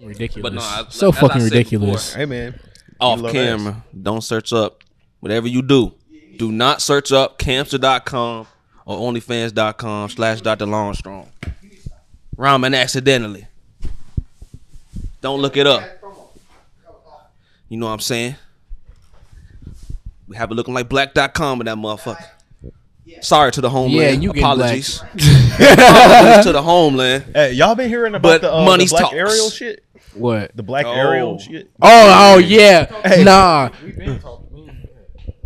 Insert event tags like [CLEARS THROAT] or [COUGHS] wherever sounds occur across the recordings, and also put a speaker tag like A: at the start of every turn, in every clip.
A: ridiculous.
B: But no, I,
A: so
B: as I
A: fucking
B: said
A: ridiculous.
C: Hey man, You
B: off
C: love
B: camera. Don't search up. Whatever you do, do not search up camster.com or onlyfans.com slash Dr. Longstrong. Ramen accidentally. Don't look it up. You know what I'm saying? We have it looking like black.com with that motherfucker. Sorry to the homeland.
A: Yeah, you getting
B: Apologies.
A: [LAUGHS]
B: Apologies to the homeland.
C: Hey, y'all been hearing about
B: But
C: the, uh, the
B: money's
C: black
B: talks.
C: aerial shit?
A: What?
C: The black
B: Oh.
C: aerial shit.
A: Oh, oh yeah. Nah.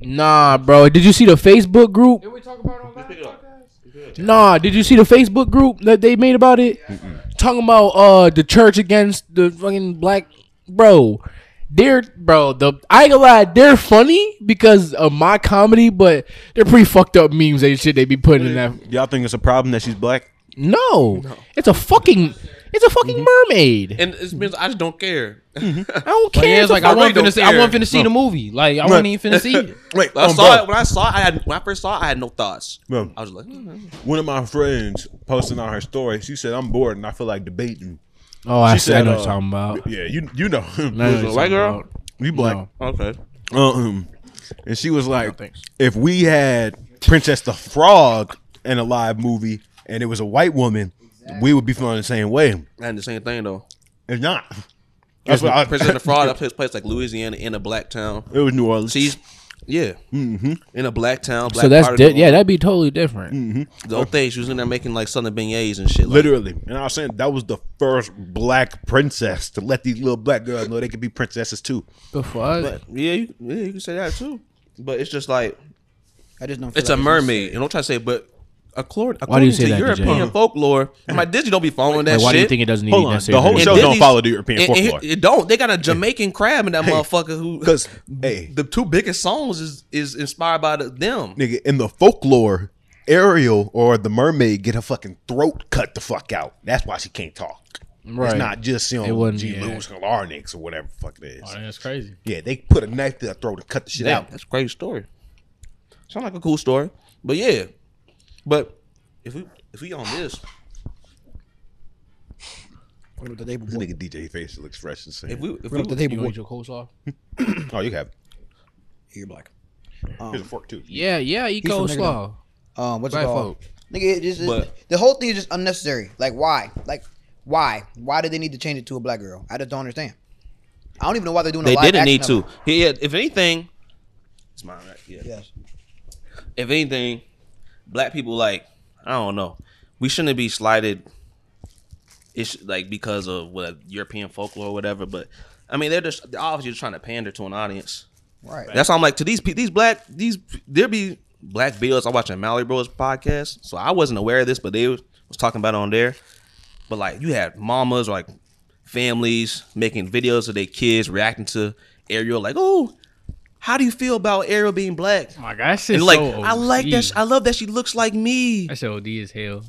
A: Nah, bro. Did you see the Facebook group? Did we talk about it on Nah, did you see the Facebook group that they made about it? Talking about uh the church against the fucking black bro. They're bro, the I ain't gonna lie, they're funny because of my comedy, but they're pretty fucked up memes and shit they be putting in that.
C: Y'all think it's a problem that she's black?
A: No. Mm-hmm. It's a fucking it's a fucking mermaid.
B: And it's been, I just don't care.
A: I don't
D: Like,
A: care.
D: yeah,
A: It's
D: it's
A: a
D: like I
B: really
D: wasn't
B: don't
D: finna see, I
B: care.
D: wasn't finna see the movie. Like I wasn't even finna see it.
C: [LAUGHS] Wait,
B: When I
C: um,
B: saw
C: bro,
B: it. When I saw it, I had when I first saw it, I had no thoughts.
C: Bro.
B: I was like, mm
C: One of my friends posting on her story. She said, "I'm bored and I feel like debating."
A: [LAUGHS] Oh, I,
C: She
A: see, I
C: said,
A: know
C: uh,
A: what you're talking about.
C: Yeah, you you know, [LAUGHS]
A: I know what you're
B: white
A: talking
B: girl?
A: about.
C: you black.
B: okay.
C: Um, and she was like, "If we had Princess the Frog in a live movie and it was a white woman, we would be feeling the same way.
B: I had the same thing though.
C: It's not." That's what I,
B: Princess
C: [LAUGHS]
B: of Fraud up his place like Louisiana in a black town.
C: It was New Orleans.
B: She's yeah,
C: Mm-hmm.
B: in a black town. Black Mm.
A: so that's
B: part of
A: di-
B: New
A: yeah,
B: Orleans.
A: that'd be totally different.
B: the whole thing. She was in there making like southern beignets and shit. Like,
C: Literally. And I was saying that was the first black princess to let these little black girls know they could be princesses too.
A: The fuck?
B: but yeah, you, yeah, you can say that too. But it's just like
E: I just don't. Feel
B: it's
E: like
B: a mermaid, and don't try to say. But according, according
A: you say
B: to
A: that, DJ?
B: European folklore, my Disney don't be following that
A: Like, why
B: shit.
A: do you think it doesn't need
C: Hold on,
A: necessarily?
C: the whole
A: be-
B: And
C: show- don't
B: Disney's-
C: follow the European
B: and- and
C: folklore.
B: It don't. They got a Jamaican crab in that motherfucker who
C: Because hey,
B: the two biggest songs is is inspired by the, them.
C: nigga, in the folklore, Ariel or the mermaid get her fucking throat cut the fuck out. That's why she can't talk.
A: Right.
C: It's not just you
A: It
C: know,
A: wasn't,
C: she
A: yeah.
C: lose her larynx or whatever the fuck it is.
D: Oh, That's crazy.
C: Yeah, they put a knife to her throat and cut the shit
B: Damn,
C: out.
B: That's a great story. Sound like a cool story, but yeah. But if we if we on this,
E: What about the day
C: This
E: before?
C: nigga DJ face looks fresh and same.
B: if we if
E: What
B: we
E: about the day
D: You
E: before?
D: want your coleslaw?
C: oh, you have. it.
E: You're black.
C: Here's a fork too.
A: Yeah, yeah, you
E: He's
A: go
E: from Nigga
A: slow.
E: Um, what's it
A: Black
E: called?
A: folk.
E: Nigga, it just, it-
B: But-
E: the whole thing is just unnecessary. Like, why? Like, why? Why did they need to change it to a black girl? I just don't understand. I don't even know why they're doing. a
B: they
E: live
B: didn't
E: action
B: need
E: of
B: to.
E: it.
B: Yeah, if anything, it's mine. Right? Yeah.
E: Yes.
B: If anything, black people like I don't know. We shouldn't be slighted. It's like because of what European folklore or whatever. But I mean, they're just they're obviously just trying to pander to an audience.
E: Right.
B: That's why I'm like to these pe- these black these there be black bills. I watch a Mallory Bros podcast, so I wasn't aware of this, but they was, was talking about it on there. But like you had mamas like families making videos of their kids reacting to Ariel, like oh. How do you feel about Ariel being black?
D: My gosh,
B: And like, I like that. She, I love that she looks like me.
D: That's OD as hell.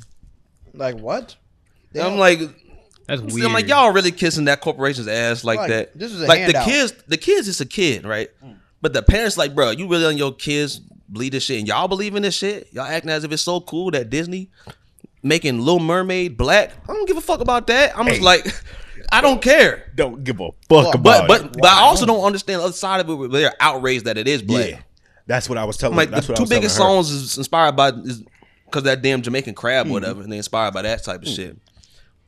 E: Like what? They
B: I'm
E: don't-
B: like,
D: That's
B: See,
D: weird.
B: I'm like, y'all really kissing that corporation's ass like,
E: Like,
B: that.
E: this is a
B: like
E: handout. Mm.
B: the kids, the kids is a kid, right? But the parents like, bro, you really on your kids believe this shit, and y'all believe in this shit. Y'all acting as if it's so cool that Disney making Little Mermaid black. I don't give a fuck about that. I'm just
C: Hey.
B: like, [LAUGHS] I don't care.
C: Don't give a fuck
B: But
C: about
B: but
C: it.
B: but I also don't understand the other side of it. Where they're outraged that it is black.
C: yeah, that's what I was telling.
B: I'm like
C: that's
B: the
C: what I
B: two
C: was telling
B: biggest
C: her.
B: songs is inspired by is because that damn Jamaican crab,
C: Mm.
B: or whatever, and they inspired by that type of shit.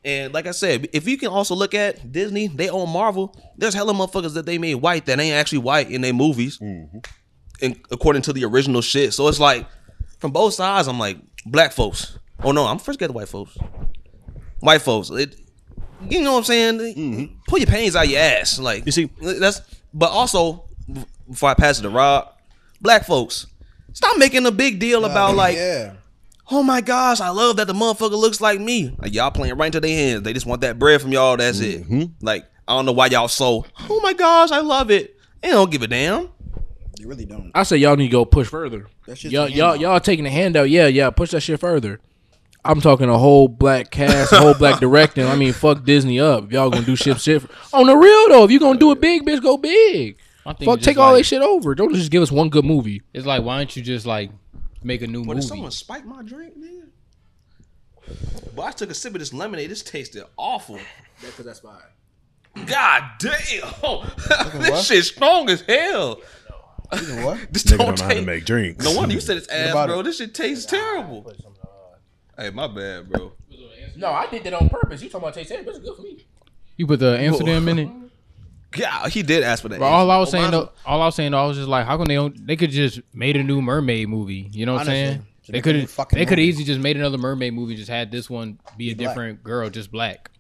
B: And like I said, if you can also look at Disney, they own Marvel. There's hella motherfuckers that they made white that ain't actually white in their movies,
C: Mm-hmm.
B: and according to the original shit. So it's like from both sides, I'm like black folks. Oh no, I'm first get the white folks. White folks, it, you know what I'm saying? Pull your panties out your ass, like
C: Mm-hmm. You see-
B: That's but also b- before I pass it to Rob, black folks, stop making a big deal about like
E: yeah.
B: oh my gosh, I love that the motherfucker looks like me. Like y'all playing right into their hands. They just want that bread from y'all. That's it. Like I don't know why y'all so. Oh my gosh, I love it. They don't give a damn.
E: They really don't.
A: I say y'all need to go push further.
E: That shit's
A: Y'all,
E: a
A: y'all,
E: handout.
A: y'all taking the handout. Yeah, yeah, push that shit further. I'm talking a whole black cast, a whole
E: [LAUGHS]
A: black directing. I mean, fuck Disney up. If Y'all gonna do shit, shit. On the real though, if you gonna do it big, bitch, go big.
D: My thing is
A: Fuck,
D: just
A: take all
D: like-
A: that shit over. Don't just give us one good movie.
D: It's like, why don't you just like make a new
B: But
D: movie?
B: did someone spike my drink, man? But I took a sip of this lemonade. This tasted awful.
A: That's that's fine.
B: God [LAUGHS] damn, this shit's strong as hell.
E: what?
B: [LAUGHS] This
C: Nigga
B: don't,
C: don't know how to
B: taste-
C: make drinks.
B: No wonder you said it's ass,
E: about
B: bro.
E: it?
B: This shit tastes terrible. Hey, my bad, bro.
A: No, I did that on purpose. You talking about taste? It's good for me.
D: You put the Amsterdam in it.
B: [LAUGHS] Yeah, he did ask for that.
D: But all I was
B: Oh,
D: saying,
B: mine's-
D: though, all I was saying, though, I was just like, how come they don't? They could just made a new mermaid movie. You know what I'm
E: Honestly,
D: saying?
E: it's a
D: They
E: different
D: could have.
E: fucking
D: They could have
E: movie.
D: easily just made another mermaid movie. Just had this one be a
E: Be black.
D: different girl, just black.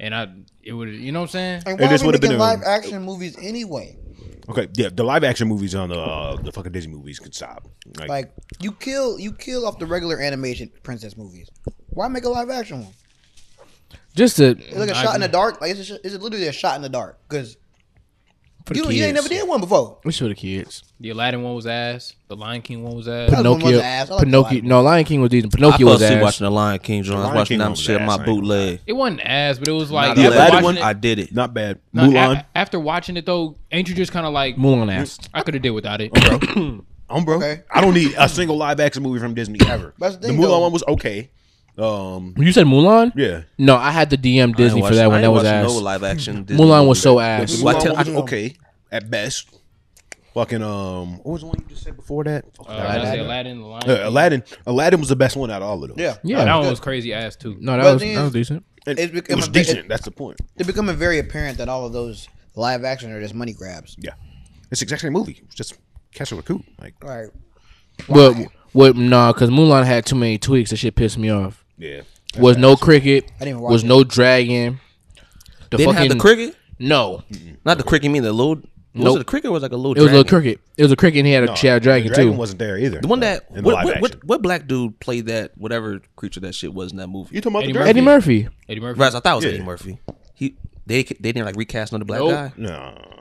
D: And I, it would. You know what I'm saying?
E: And why
C: this
E: are we
C: would've been
E: making
C: a-
E: live action movies anyway?
C: [LAUGHS] Okay, yeah, the live action movies on the uh, the fucking Disney movies could stop. Like,
E: Like you kill you kill off the regular animation princess movies. Why make a live action one?
A: Just to
E: It's like a
D: I
E: shot in
D: agree.
E: the dark. Like it's, a, it's literally a shot in the dark because
A: for
E: you,
A: the
E: don't- you ain't never
A: kids.
E: did one before.
A: It's for the kids.
D: The Aladdin one was ass. The Lion King one was ass.
E: That was one
A: Pinocchio.
E: was ass. I like the
A: Pinocchio.
E: Lion
A: No, Lion King was decent.
B: I
A: Pinocchio was
B: was
A: ass.
B: watching the Lion King. John. I was
C: Lion
B: watching
C: King
B: that
C: was
B: shit on
C: ass,
B: my
C: I ain't gonna
B: bootleg.
D: It wasn't ass, but it was like
B: Not the
D: after
C: Aladdin
B: last
D: watching
B: one.
D: it-
B: I did it.
C: not bad.
D: no, a-
C: Mulan,
D: a- after watching it though, ain't you just kind of like
A: Moon ass.
D: I could have did
A: [LAUGHS]
D: without it.
B: [COUGHS]
C: I'm broke.
E: Okay.
C: I don't need a single live action movie from Disney ever.
E: That's the
C: the
E: thing,
C: Mulan
E: though.
C: one was okay. Um,
A: You said Mulan?
C: yeah,
A: No, I had to DM
B: I ain't
A: Disney for
B: watching-
A: that
B: I
A: one.
B: ain't
A: That was
B: watching
A: ass.
B: No
A: [LAUGHS]
B: live action. Disney
A: Mulan
B: movie.
A: was so
C: the
A: ass.
C: Mulan
B: I tell-
C: one was
B: I-
C: okay at best. Fucking um, what was the one you just said before that? Fuck,
D: Uh, when I say
C: Aladdin.
D: Aladdin, the Lion.
C: Yeah,
D: King.
C: Aladdin. Aladdin was the best one out of all of them.
E: Yeah,
D: Yeah, that
A: Yeah.
D: one was crazy ass too.
A: No, that
E: But
A: was
E: then-
A: that was decent.
C: And
E: It's
C: it
E: become
C: was
E: a-
C: decent. That's the point.
E: it's becoming very apparent that all of those live action are just money grabs.
C: Yeah, it's the exact same movie. It's just Castle Raccoon. Like,
E: Right.
A: But what? Nah, because Mulan had too many tweaks. That shit pissed me off.
C: yeah,
A: Was no cricket.
E: I didn't watch
A: Was
E: it.
A: no dragon. The
B: Didn't have the cricket.
A: No,
B: Not the cricket. You mean the little? Was
A: Nope.
B: it the cricket? Or was it like a little.
A: it was a little
B: dragon?
A: cricket. It was a cricket. and He had a
C: No,
A: she had a dragon,
C: the dragon
A: too.
C: wasn't there either.
B: The one that
C: in the
B: what,
C: live
B: what,
C: action.
B: what, what black dude played that whatever creature that shit was in that movie?
C: you talking about
D: Eddie
C: the dragon?
A: Eddie Murphy.
D: Eddie Murphy.
B: Right, I thought it was
C: Yeah.
B: Eddie Murphy. He they they didn't like recast another black
D: Nope.
B: guy.
C: No,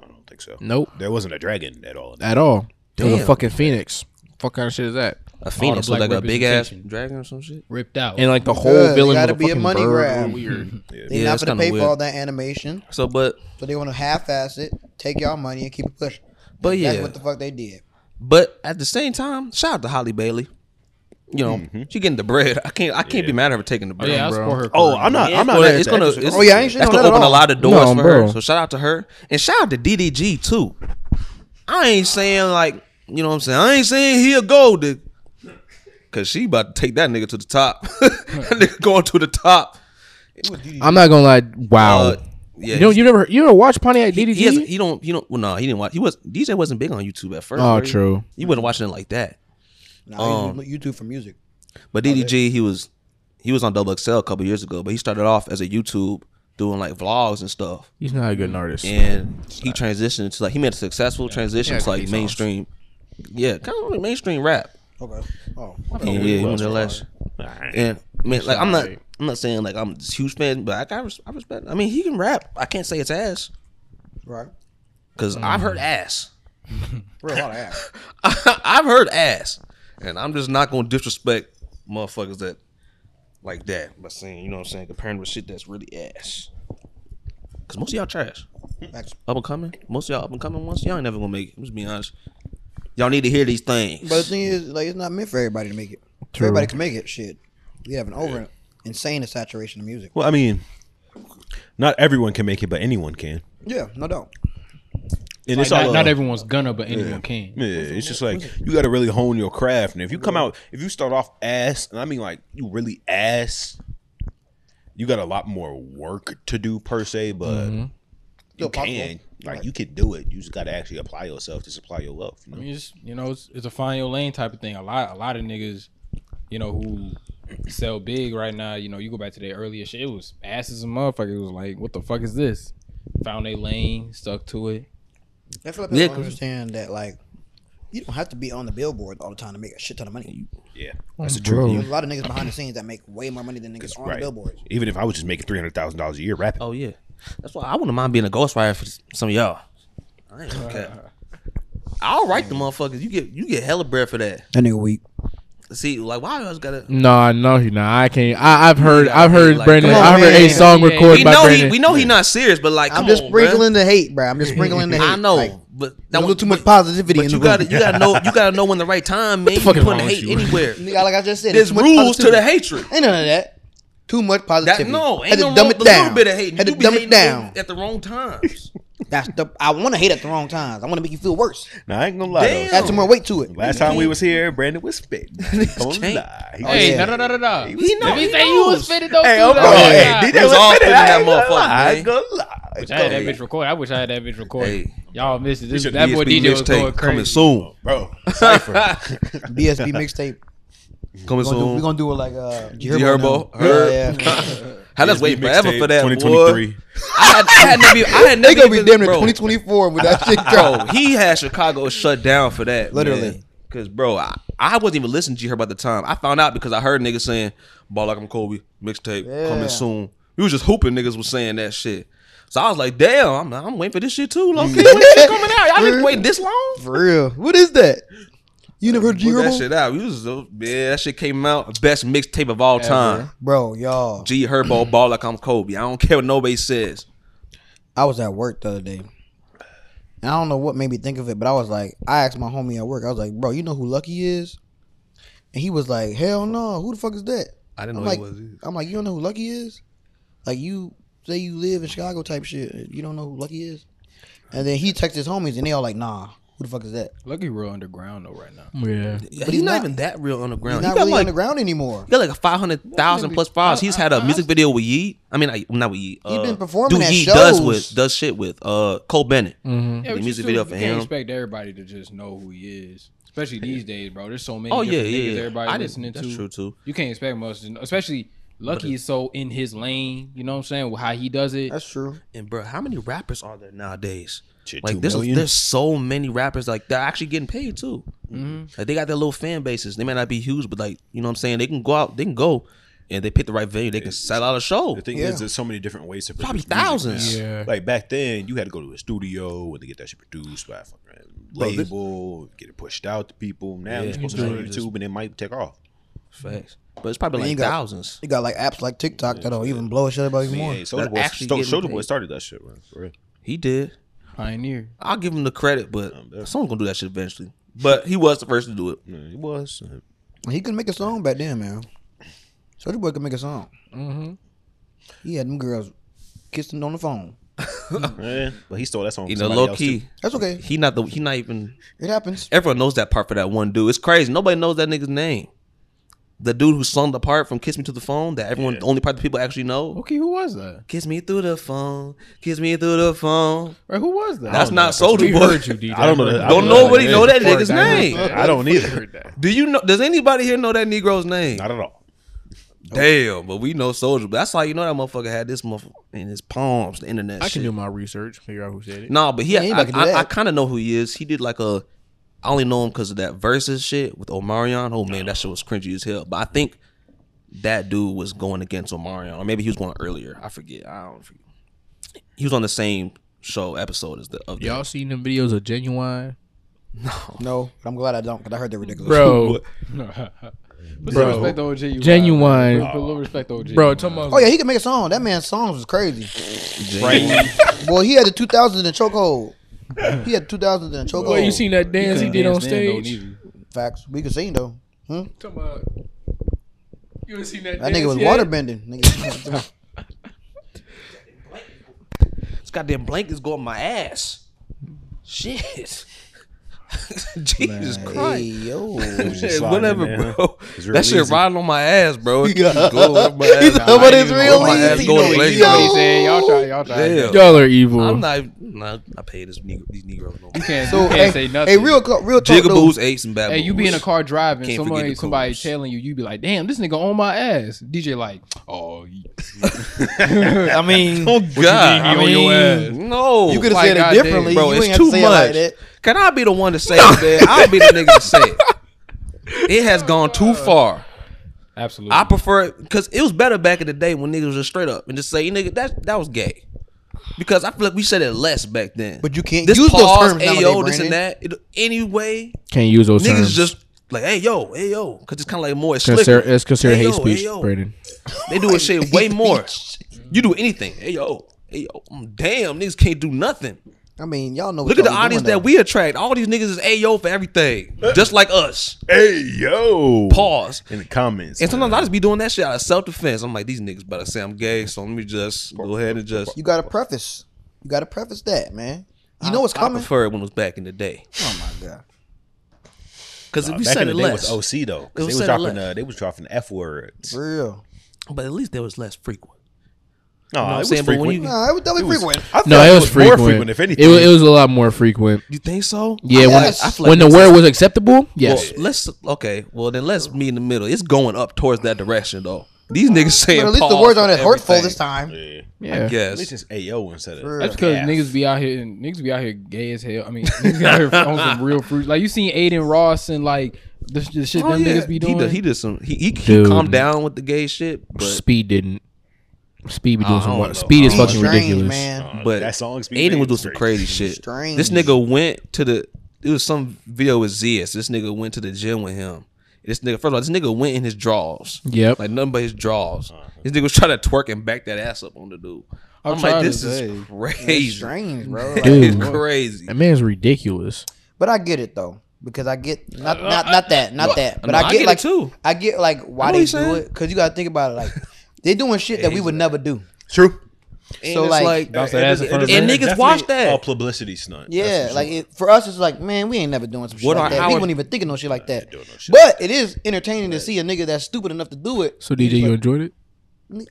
C: I don't think so.
A: Nope.
C: there wasn't a dragon at all.
A: At all. It was a
B: Damn.
A: fucking phoenix. Fuck kind of shit is that?
B: A phoenix
D: black
B: was like a big ass
D: representation.
B: dragon or some shit.
D: Ripped out.
A: And like the whole
E: Good, it
A: villain was
E: gotta
A: a
E: be a
A: fucking
E: money
A: bird.
E: grab.
A: Weird.
E: They're
B: Yeah,
E: not
B: it's
E: gonna
B: kinda
E: pay
B: weird.
E: for all that animation,
B: So, but
E: so they want to half-ass it, take y'all money, and keep it pushing.
B: But yeah.
E: that's what the fuck they did.
B: but at the same time, shout out to Holly Bailey. You know, she getting the bread. I can't I can't be mad at her taking the
D: oh
B: bread.
D: yeah, I
A: bro.
D: support her.
C: Oh,
D: career.
C: I'm not. I'm not.
B: Well,
C: mad at
B: it's
C: the
B: gonna.
C: actress.
B: It's,
E: Oh, yeah, I ain't shitting
B: that's
E: on
B: gonna
E: that at
B: open a
E: all.
B: lot of doors
A: No,
B: for
A: bro.
B: her. So shout out to her and shout out to DDG too. I ain't saying like you know what I'm saying. I ain't saying he a gold digger, cause she about to take that nigga to the top. [LAUGHS] that nigga going to the top.
A: I'm not gonna lie. Wow.
B: Uh, yeah,
A: you don't. You never. You ever watch Pontiac DDG?
B: He, hasn't- he don't. You don't. Well, no, he didn't watch. He was DJ wasn't big on YouTube at first.
A: Oh,
B: were you?
A: true.
B: You wasn't watching it like that.
E: Now YouTube for music.
B: But DDG, he was he was on Double XL a couple years ago. But he started off as a YouTube doing like vlogs and stuff,
A: He's not a good artist.
B: and he transitioned to like he made a successful transition
A: Yeah,
B: to like
A: these
B: mainstream. Yeah, kind of like mainstream rap.
E: Okay. Oh,
B: Yeah, yeah, he went to last. And I mean, like I'm not. I'm not saying like I'm this huge fan, but I got res- I respect. I mean, he can rap. I can't say it's ass
E: right.
B: because I've heard ass.
E: Real hot ass.
B: I've heard ass, and I'm just not gonna disrespect motherfuckers that like that by saying you know what I'm saying comparing with shit that's really ass. Cause most of y'all trash,
E: Facts.
B: up and coming. Most of y'all up and coming ones, y'all ain't never gonna make it. I'm just being honest. Y'all need to hear these things.
E: But the thing is, like, it's not meant for everybody to make it.
A: True.
E: Everybody can make it. Shit, we have an over insane saturation of music.
C: Well, I mean, not everyone can make it, but anyone can.
E: Yeah, no doubt.
C: And
D: Like,
C: it's all
D: not, not
C: uh,
D: everyone's gonna, but anyone can.
C: Yeah, it's just like you got to really hone your craft, and if you come out, if you start off ass, and I mean like you really ass, you got a lot more work to do per se, but you
E: Still possible.
C: can. Like you can do it. You just got to actually apply yourself to supply your wealth. You
D: I
C: know?
D: mean, it's, you know, it's, it's a find your lane type of thing. A lot, a lot of niggas, you know, who sell big right now. You know, you go back to their earlier shit. It was asses and motherfuckers. It was like, what the fuck is this? Found a lane, stuck to it.
E: I feel like
B: Yeah,
E: people don't
B: 'cause-
E: understand that, like, you don't have to be on the billboard all the time to make a shit ton of money.
C: Yeah,
A: That's the
E: There's a lot of niggas behind the scenes that make way more money than niggas on
C: right.
E: the billboards.
C: Even if I was just making three hundred thousand dollars a year rapping,
B: oh yeah, that's why I wouldn't mind being a ghostwriter for some of y'all. I ain't okay.
E: [LAUGHS]
B: I'll write the motherfuckers. You get you get hella bread for that.
E: That nigga weak.
B: See, like why else gotta?
A: No, no, he not. I can't. I, I've heard. I've heard
B: Like,
A: Brandon.
E: come on,
A: I've heard a
E: man.
A: song
D: Yeah,
A: recorded
B: We
A: by
B: know he
A: Brandon.
B: we know he not serious, but like
E: I'm
B: come
E: just
B: on, bruh.
E: sprinkling the hate, bro. I'm just sprinkling the hate.
B: [LAUGHS] I know,
E: Like,
B: but
E: a
B: that
E: little
B: was
E: too much positivity
B: But
E: in
B: you
E: the
B: gotta,
E: room.
B: you gotta know, you gotta know when the right time, man.
A: fuck
B: You
A: is
B: putting
A: wrong with
B: hate
A: you?
B: anywhere.
E: Nigga, like I just said,
B: There's
E: too much
B: rules to
E: positivity.
B: the hatred.
E: Ain't none of that. Too much
B: That,
E: positivity.
B: no,
E: had
B: ain't
E: to
B: no
E: dumb
B: wrong-
E: it
B: the
E: down.
B: little bit of hating.
E: Had
B: You
E: to
B: be
E: dumb
B: hating
E: it down.
B: at the wrong
D: [LAUGHS]
B: times.
E: That's the. I want to hate at the wrong times. I want to make you feel worse.
C: Now, I ain't gonna lie.
B: Damn.
C: Though.
E: Add some more weight to it.
C: Last time we was here, Brandon was spitting. Don't
B: can't.
C: lie. He-
D: Hey,
E: yeah.
D: da da da da.
C: He was
D: He
C: spitting.
D: Let me say you was spitting those
C: Hey,
D: two,
C: oh,
D: though.
C: bro, hey,
D: Yeah.
C: DJ
B: It was
C: was
B: all
C: spitting. I
B: spitting that
C: ain't gonna lie. I
B: motherfucker,
C: ain't gonna lie.
D: Wish I had that
B: Hey.
D: bitch recorded. I wish I had that bitch recorded.
B: Hey.
D: Y'all missed it. This,
C: should
D: that
C: be
D: boy
B: ESP
D: DJ was going
B: mixtape coming
D: crazy. Oh,
B: soon.
C: Bro, [LAUGHS] Cypher.
B: [LAUGHS]
E: BSB mixtape.
B: Coming
E: We're gonna do- we
B: soon.
E: gonna do it like uh,
B: Herbo,
E: now.
B: Herb. [LAUGHS]
E: Yeah, yeah.
B: Hell, that's waiting forever for that. boy.
C: 2023.
B: I had, I had never, even- I had
E: they
B: never
E: gonna be
B: even-
E: damn near
B: bro,
E: 2024 with that
B: [LAUGHS]
E: shit, bro. [LAUGHS]
B: Bro, he had Chicago shut down for that.
E: Literally.
B: Because, bro, I, I wasn't even listening to her by the time. I found out because I heard niggas saying, Ball Like I'm Kobe, mixtape,
E: Yeah.
B: coming soon. We was just hooping niggas was saying that shit. So I was like, damn, I'm, I'm waiting for this shit too, low key. When this shit coming out? Y'all been waiting this long?
E: For real, what is that? You never heard G
B: Put that
E: Herbo,
B: shit out. We was, uh, yeah, that shit came out. Best mixtape of all time.
E: bro? Y'all,
B: G Herbo, Ball Like I'm Kobe. I don't care what nobody says.
E: I was at work the other day. And I don't know what made me think of it, but I was like, I asked my homie at work. I was like, bro, you know who Lucky is? And he was like, hell no, who the fuck is that?
B: I didn't
E: I'm
B: know
E: like,
B: it was. either.
E: I'm like, you don't know who Lucky is? Like you say you live in Chicago type shit. You don't know who Lucky is? And then he texted his homies, and they all like, nah, who the fuck is that?
D: Lucky we're underground though right now.
A: Yeah.
B: But
E: he's
B: he's not,
E: not-
B: even that real
E: He's
B: underground.
E: not
B: he got
E: really
B: like
E: on the ground anymore.
B: He got like a five hundred thousand plus fives. He's had a
D: Uh-uh.
B: music video with Yeet. I mean, I, not with Yeet. Uh,
E: been performing
B: dude
E: at
B: Yeet
E: shows.
B: does with does shit with uh Cole Bennett.
A: Mm-hmm.
D: Yeah,
B: The
D: but you
B: music
D: still-
B: video
D: you
B: for
D: can't
B: him.
D: expect everybody to just know who he is, especially these days, bro. There's so many.
B: Oh yeah,
D: different niggas
B: yeah.
D: Everybody
B: I didn't-
D: listening
B: that's
D: to.
B: true too.
D: You can't expect much, to know- especially Lucky is so in his lane. You know what I'm saying? With how he does it.
E: That's true.
B: And bro, how many rappers are there nowadays?
C: Shit,
B: Like
C: two
B: there's
C: million?
B: there's so many rappers like they're actually getting paid too.
D: Mm-hmm.
B: Like they got their little fan bases. They may not be huge, but like you know what I'm saying, they can go out, they can go, and they pick the right venue. They can sell out a show.
C: The thing
E: Yeah.
C: is, there's so many different ways to produce
B: Probably
C: music now.
B: thousands.
A: Yeah.
C: Like back then, you had to go to a studio and to get that shit produced by a fucking
B: Bro, this-
C: label, get it pushed out to people.
B: Yeah.
C: Now you're supposed to
B: You
C: go
B: do.
C: on YouTube and it might take off.
B: Facts. But it's probably
E: But you
B: like
E: got-
B: thousands.
E: You got like apps like TikTok that'll even blow shit up even more.
C: Yeah, Soldier
B: That
C: Boy,
B: actually
C: Sto-
B: getting
C: Soulja
B: paid.
C: Boy started that shit, man. For real.
B: He did.
D: Pioneer.
B: I'll give him the credit, but
C: Um, yeah.
B: someone's gonna do that shit eventually. But he was the first to do it.
C: Yeah, it was.
E: He could make a song back then, man. Soulja Boy could make a song.
A: Mm-hmm.
E: He had them girls kissing on the phone.
C: Yeah, but he stole that song.
B: You
C: from
B: know,
C: somebody
B: low
C: else,
B: key,
E: That's okay.
B: he not the he not even.
E: It happens.
B: Everyone knows that part for that one dude. It's crazy. Nobody knows that nigga's name. The dude who sung the part from "Kiss Me to the Phone" that everyone, the only part that people actually know.
D: Okay, who was that?
B: Kiss me through the phone, kiss me through the phone.
D: Right, who was that?
B: That's not
D: We
B: Soldier Boy.
D: heard you, DJ.
C: I don't know
D: [LAUGHS]
C: that-
B: [LAUGHS]
C: I
B: Don't
C: know that
B: nobody
C: name.
B: know that
D: Sorry,
B: nigga's
D: guys.
B: name.
C: I don't either.
B: Do you know? Does anybody here know that Negro's name?
C: Not
B: [LAUGHS]
C: at all.
B: Damn, but we know Soldier. But that's how you know that motherfucker had this motherfucker in his palms. The internet.
A: I
B: shit.
A: can do my research, figure out who said it.
B: Nah, but he,
E: Yeah,
B: I,
E: anybody can do
B: I,
E: that.
B: I kind of know who he is. He did like a, I only know him because of that versus shit with Omarion. Oh man, that shit was cringy as hell. But I think that dude was going against Omarion, or maybe he was going earlier. I forget. I don't forget. He was on the same show episode as the of the,
A: Y'all seen them videos of genuine?
E: No, but I'm glad I don't because I heard they're ridiculous.
A: Bro, Bro.
D: Put some respect to OG. you guys.
A: Genuine.
D: Put a little respect to OG.
A: bro,
D: you
A: talking
D: guys.
A: about
E: Oh yeah, he could make a song. That man's songs was crazy.
B: Right.
E: Boy, he had the 2000 in chokehold. He had 2000 in chokehold.
A: Boy, Oh, you seen that dance he
D: Couldn't
A: did on
D: dance then, though,
A: stage?
D: neither.
E: facts? We could sing though. Hmm?
A: Talking about- You ain't seen that?
E: That
A: dance
E: nigga was
A: yet?
B: [LAUGHS]
E: waterbending. Nigga.
B: [LAUGHS] This goddamn blanket's going my ass. Shit. [LAUGHS] Jesus
E: hey
B: Christ.
E: yo,
C: was just
B: Shit,
C: sliding
B: whatever,
C: in there.
B: bro.
C: It's real
B: That shit
C: easy.
B: riding on my ass,
C: [LAUGHS]
B: bro. It keeps
E: Yeah.
B: going up my
E: He's
B: ass.
E: like, "But it's
B: I ain't
E: real
B: even- my ass
E: easy,
B: going
E: yo,
B: blank.
E: yo."
D: What he said, Y'all try. Y'all try.
B: Damn.
A: Y'all are evil.
B: I'm not. Nah, I pay this Negro, these Negroes no
D: You
B: more.
D: can't,
E: so
D: you
E: hey,
D: can't say nothing.
E: hey, real co- real talk though.
B: Jigaboos, apes, and bad
D: Hey, you be in a
B: boys.
D: car driving,
B: Can't forget
D: somebody
B: the
D: somebody
B: codes.
D: telling you, you be like, "Damn, this nigga on my ass." DJ like, "Oh,
B: [LAUGHS]
D: you- [LAUGHS]
E: I mean,
B: Oh God!
D: mean he on your
B: I
D: ass?
B: mean, no,
E: you could have
D: my
E: said
D: God,
E: it
D: dude,
E: differently.
B: bro.
E: you
B: it's
E: ain't
B: too
E: have to say it like
B: much.
E: that.
B: Can I be the one to say it, man? I'll be the nigga to say it. It
D: [LAUGHS]
B: has gone too far.
D: absolutely."
B: I prefer it because it was better back in the day when niggas was just straight up and just say, "Nigga, that that was gay." Because I feel like we said it less back then.
E: But you can't use those terms nowadays,
B: ayo, this and
E: Brandon.
B: that. It, anyway,
A: Can't use those
B: niggas
A: terms.
B: just like, "Hey yo, hey yo," because it's kind of like more. It's
A: Consider,
B: slicker.
A: it's considered
B: Hey,
A: hate
B: yo,
A: speech,
B: hey, yo.
A: Brandon.
B: They do it shit way more. You do anything. Hey yo, hey yo, Mm, damn, niggas can't do nothing.
E: I mean, y'all know. what
B: Look at the
E: y'all be
B: audience
E: doing,
B: that we attract. All these niggas is AO for everything,
C: Uh.
B: just like us.
C: Hey yo,
B: Pause.
C: in the comments.
B: And sometimes I just be doing that shit out of self defense. I'm like, these niggas better say I'm gay, so let me just go ahead and just.
E: though. You got to preface. You got to preface that, man. You know what's
B: I
E: coming.
B: prefer it when it was back in the day.
E: oh my god.
B: Because if
C: Nah,
B: you
C: back
B: said
C: in the
B: it
C: day
B: less,
C: was OC though, 'cause
B: It was
C: they was
B: said
C: dropping
B: less.
C: uh, they was dropping f words.
E: For real.
B: but at least there was less frequent.
C: No,
B: I'm
C: it was
B: saying, but when
C: frequent.
B: you-
E: Nah, it was
C: It
E: definitely
C: was-
E: frequent.
C: I
A: No,
C: thought
A: it was frequent.
C: More frequent, if anything.
A: It was, it was a lot more frequent.
B: You think so?
A: Yeah, when,
E: Yes.
B: I feel
A: when the
B: that's-
A: word was acceptable,
B: Well,
A: yes.
B: let's okay. Well, then let's meet in the middle. It's going up towards that direction though. These niggas saying.
E: But at least the
B: pause
E: words
B: for
E: aren't as hurtful
B: everything.
E: this time.
C: yeah.
A: yeah.
C: At least
B: Yes.
C: it's AO instead of.
E: For real.
D: That's because
C: Gaff.
D: niggas be out here and niggas be out here gay as hell. I mean, niggas be out here on
B: [LAUGHS]
D: some real fruit. Like you seen Aiden Ross and like the, the shit
B: Oh,
D: them
B: yeah.
D: niggas be doing.
B: He did, he did some. He, he, he
A: Dude.
B: calmed down with the gay shit, but
A: Speed didn't. Speed be
B: I
A: doing some
B: don't
A: wild-
B: know.
A: Speed is
B: He's
A: fucking
E: strange,
A: ridiculous.
E: man.
C: Uh,
B: But
C: that song's
B: Aiden was doing some crazy shit.
E: Strange.
B: This nigga went to the it was some video with Zias. This nigga went to the gym with him. This nigga, first of all, this nigga went in his drawers.
A: Yep.
B: Like nothing but his drawers.
A: Uh-huh.
B: This nigga was trying to twerk and back that ass up on the dude. I'm,
D: I'm
B: like,
D: trying to
B: this is
D: say.
E: It's
B: crazy. [LAUGHS]
E: strange, bro. Like,
B: It's
A: Dude.
B: crazy.
A: That man's ridiculous.
E: But I get it though, because I get not not not that not that, but
B: No,
E: I get like
B: it too.
E: I get like why
B: know
E: they
B: he's
E: do
B: saying.
E: it, because you gotta think about it. Like they doing shit that we would never do.
C: True.
E: so
B: so
E: like-
B: like,
D: Bounce that ass in front of
B: and
D: her.
B: niggas watch that.
C: A publicity stunt. that's
E: Yeah,
C: for
E: like
C: sure.
E: it, for us, it's like man, we ain't never doing some shit
B: What
E: like
B: are
E: that.
B: our-
E: we wouldn't even thinking no shit like that.
C: doing no shit
E: but it is entertaining to see a nigga that's stupid enough to do it.
A: So DJ, you enjoyed it?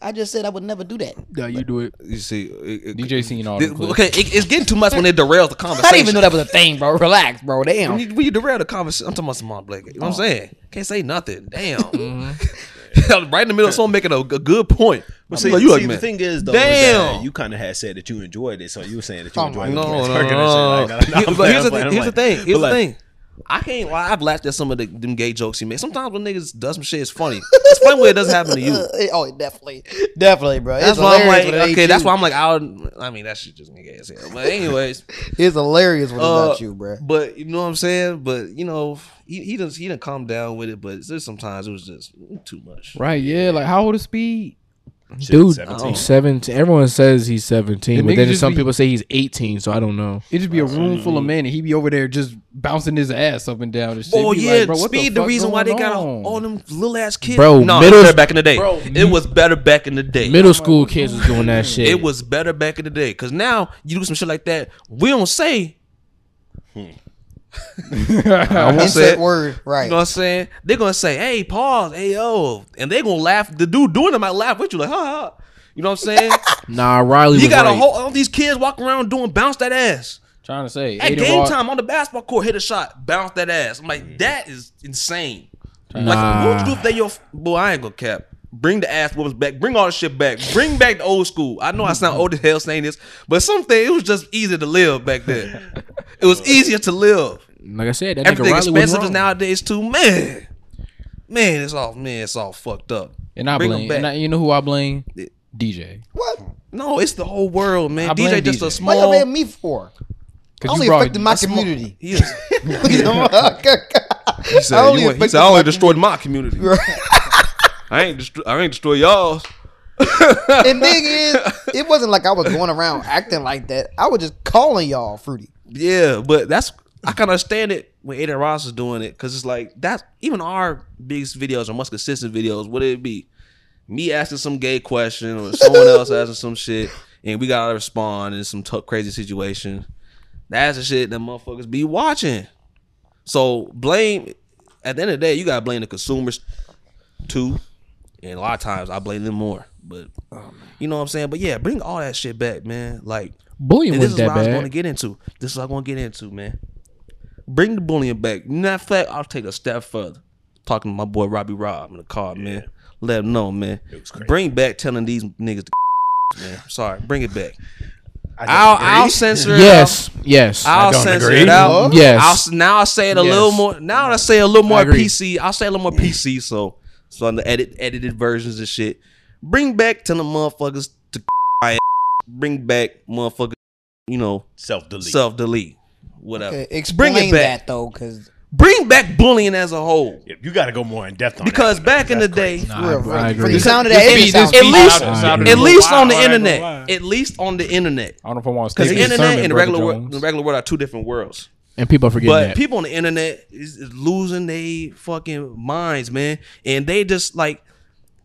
E: I just said I would never do that.
A: No, you do it.
B: you see, it, it,
D: DJ seen all the
B: it-
D: clips.
B: okay, it, it's getting too much when it derails the
E: I
B: conversation.
E: didn't even know that was a
B: [LAUGHS]
E: thing, bro. Relax, bro. Damn.
B: When you, when you derail the conversation, I'm talking about Simone Blanket. You know what I'm saying? Can't say nothing. [LAUGHS] Damn. [LAUGHS] right in the middle of someone making a, a good point.
C: But
B: I'm
C: see,
B: like, you
C: see,
B: like,
C: the
B: man,
C: thing is, though, Is
B: Damn.
C: that you kind of had said that you enjoyed it, so you were saying that you
E: Oh
C: enjoyed
E: my
B: [LAUGHS]
C: it.
B: no, no,
C: Twerking and shit
B: no,
C: like
B: no.
C: that. [LAUGHS] I'm
B: Here's, but
C: playing,
B: here's,
C: I'm
B: the, thing-
C: playing,
B: here's the thing.
C: I'm playing.
B: Here's the
C: But, like,
B: thing. I can't lie. I've laughed at some of the, them gay jokes he made. Sometimes when niggas does some shit, it's funny. It's funny when it doesn't happen
C: [LAUGHS]
B: to you.
E: Uh, oh, it definitely, definitely, bro.
B: That's
E: it's
B: why I'm
E: hilarious
B: like,
E: when it ain't
B: okay, that's
E: you.
B: why I'm like, I, would, I mean, that shit just gay as hell. But anyways,
E: It's hilarious when it's
B: Uh,
E: not you, bro.
B: But you know what I'm saying. But you know, he he does he didn't calm down with it. But there's sometimes it was just too much.
D: Right? Yeah. Like how old is Speed?
C: Shit,
A: Dude,
C: 17.
A: 17. Everyone says he's 17,
D: The
A: but
D: nigga
A: then
D: just
A: some
D: be-
A: people say he's 18, so I don't know.
D: It just be a room full of men, and he be over there just bouncing his ass up and down and shit.
B: Oh
D: Be
B: yeah,
D: like, bro, what
B: speed. The,
D: fuck
B: reason why they
D: going
B: got
D: on?
B: all them little ass kids,
A: Bro,
B: No, it
A: middle-
B: was better back in the day.
A: bro,
B: it was better back in the day.
A: Middle school kids was doing that shit.
B: [LAUGHS] It was better back in the day. Cause now you do some shit like that. We don't say.
A: Hmm.
B: [LAUGHS] I won't say.
E: Insert
B: it.
E: word, right?
B: You know what I'm saying? They're gonna say, "Hey, pause, hey yo," and they gonna laugh. The dude doing it might laugh with you, like, "Ha!" ha. You know what I'm saying?
A: nah, Riley.
B: you
A: was
B: got a
A: right.
B: whole all these kids walking around doing bounce that ass.
D: Trying to say
B: At
D: Aiden
B: game
D: Ross-
B: time on the basketball court, hit a shot, bounce that ass. I'm like, that is insane. Like,
A: Nah.
B: what would you do if they your f- boy? I ain't gonna cap. Bring the ass whoopers back. Bring all the shit back. Bring back the old school. I know I sound old as hell saying this, but something it was just easier to live back then. it was easier to live.
A: Like I said, that
B: Everything
A: nigga Riley was
B: expensive is
A: wrong.
B: nowadays too. Man, man, it's all man, it's all fucked up.
D: And I
B: Bring 'em
D: blame.
B: back.
D: And I, you know who I blame?
B: It-
D: DJ.
E: What?
B: no, it's the whole world, man.
D: I blame
B: DJ just
D: DJ.
B: a
E: Why
B: small.
E: you mad at me for? I
D: Because
E: only affected my
B: [LAUGHS]
E: community.
B: He is-
E: [LAUGHS] You know?
B: He said,
E: [LAUGHS] I only
B: you ain't- he
E: affected
B: said, I only
E: my
B: destroyed my community. [LAUGHS] I ain't destroy, I ain't destroy y'all's.
E: And thing is, it wasn't like I was going around acting like that. I was just calling y'all fruity.
B: Yeah, but that's I can understand it when Aiden Ross is doing it because it's like that's even our biggest videos or most consistent videos. Would it be me asking some gay question or someone else asking some shit and we gotta respond in some t- crazy situation? That's the shit that motherfuckers be watching. So blame at the end of the day, you gotta blame the consumers too. And a lot of times I blame them more, but you know what I'm saying. But yeah, bring all that shit back, man. Like
A: Bullying
B: and this
A: wasn't
B: is
A: that
B: what I was going to
A: bad.
B: get into. This is what I'm going to get into, man. Bring the bullying back. Matter of fact, I'll take it a step further. Talking to my boy Robbie Rob in the car, man. Let him know, man.
C: was crazy.
B: Bring back telling these niggas to [LAUGHS] man. Sorry, bring it back.
C: I don't
B: I'll,
C: agree.
B: I'll censor it out.
A: Yes, yes.
B: I'll
C: don't
B: censor
C: agree.
B: it out.
A: Yes.
B: I'll, s- now I say it a
A: Yes.
B: little more. Now I say a little more
A: I agree.
B: PC. I'll say a little more PC. So, so on the edit, edited versions and shit. Bring back telling motherfuckers to [LAUGHS] my ass. bring back motherfuckers. You know,
C: self delete.
B: self delete, whatever.
E: Okay,
B: Bring
E: explain
B: it back.
E: that though, because
B: Bring back bullying as a whole.
C: Yeah, you got to go more in depth on that
B: because
C: one,
B: back in the
C: that's
B: day,
C: crazy.
A: Nah,
E: Real-
A: I
E: real-
A: agree.
E: From the sound of that,
B: At
E: it
A: This
E: sounds
A: beat-
B: at least,
A: I agree.
B: at least on the
D: Why?
B: internet.
D: Why?
B: At least on the internet.
D: I don't know if I want to
B: Because
D: stick
B: the
D: with
B: internet
D: Sermon,
B: and the
D: Brother
B: regular world,
D: Jones.
B: the regular world are two different worlds.
A: and people are forgetting
B: But
A: that.
B: people on the internet is, is losing their fucking minds, man. And they just like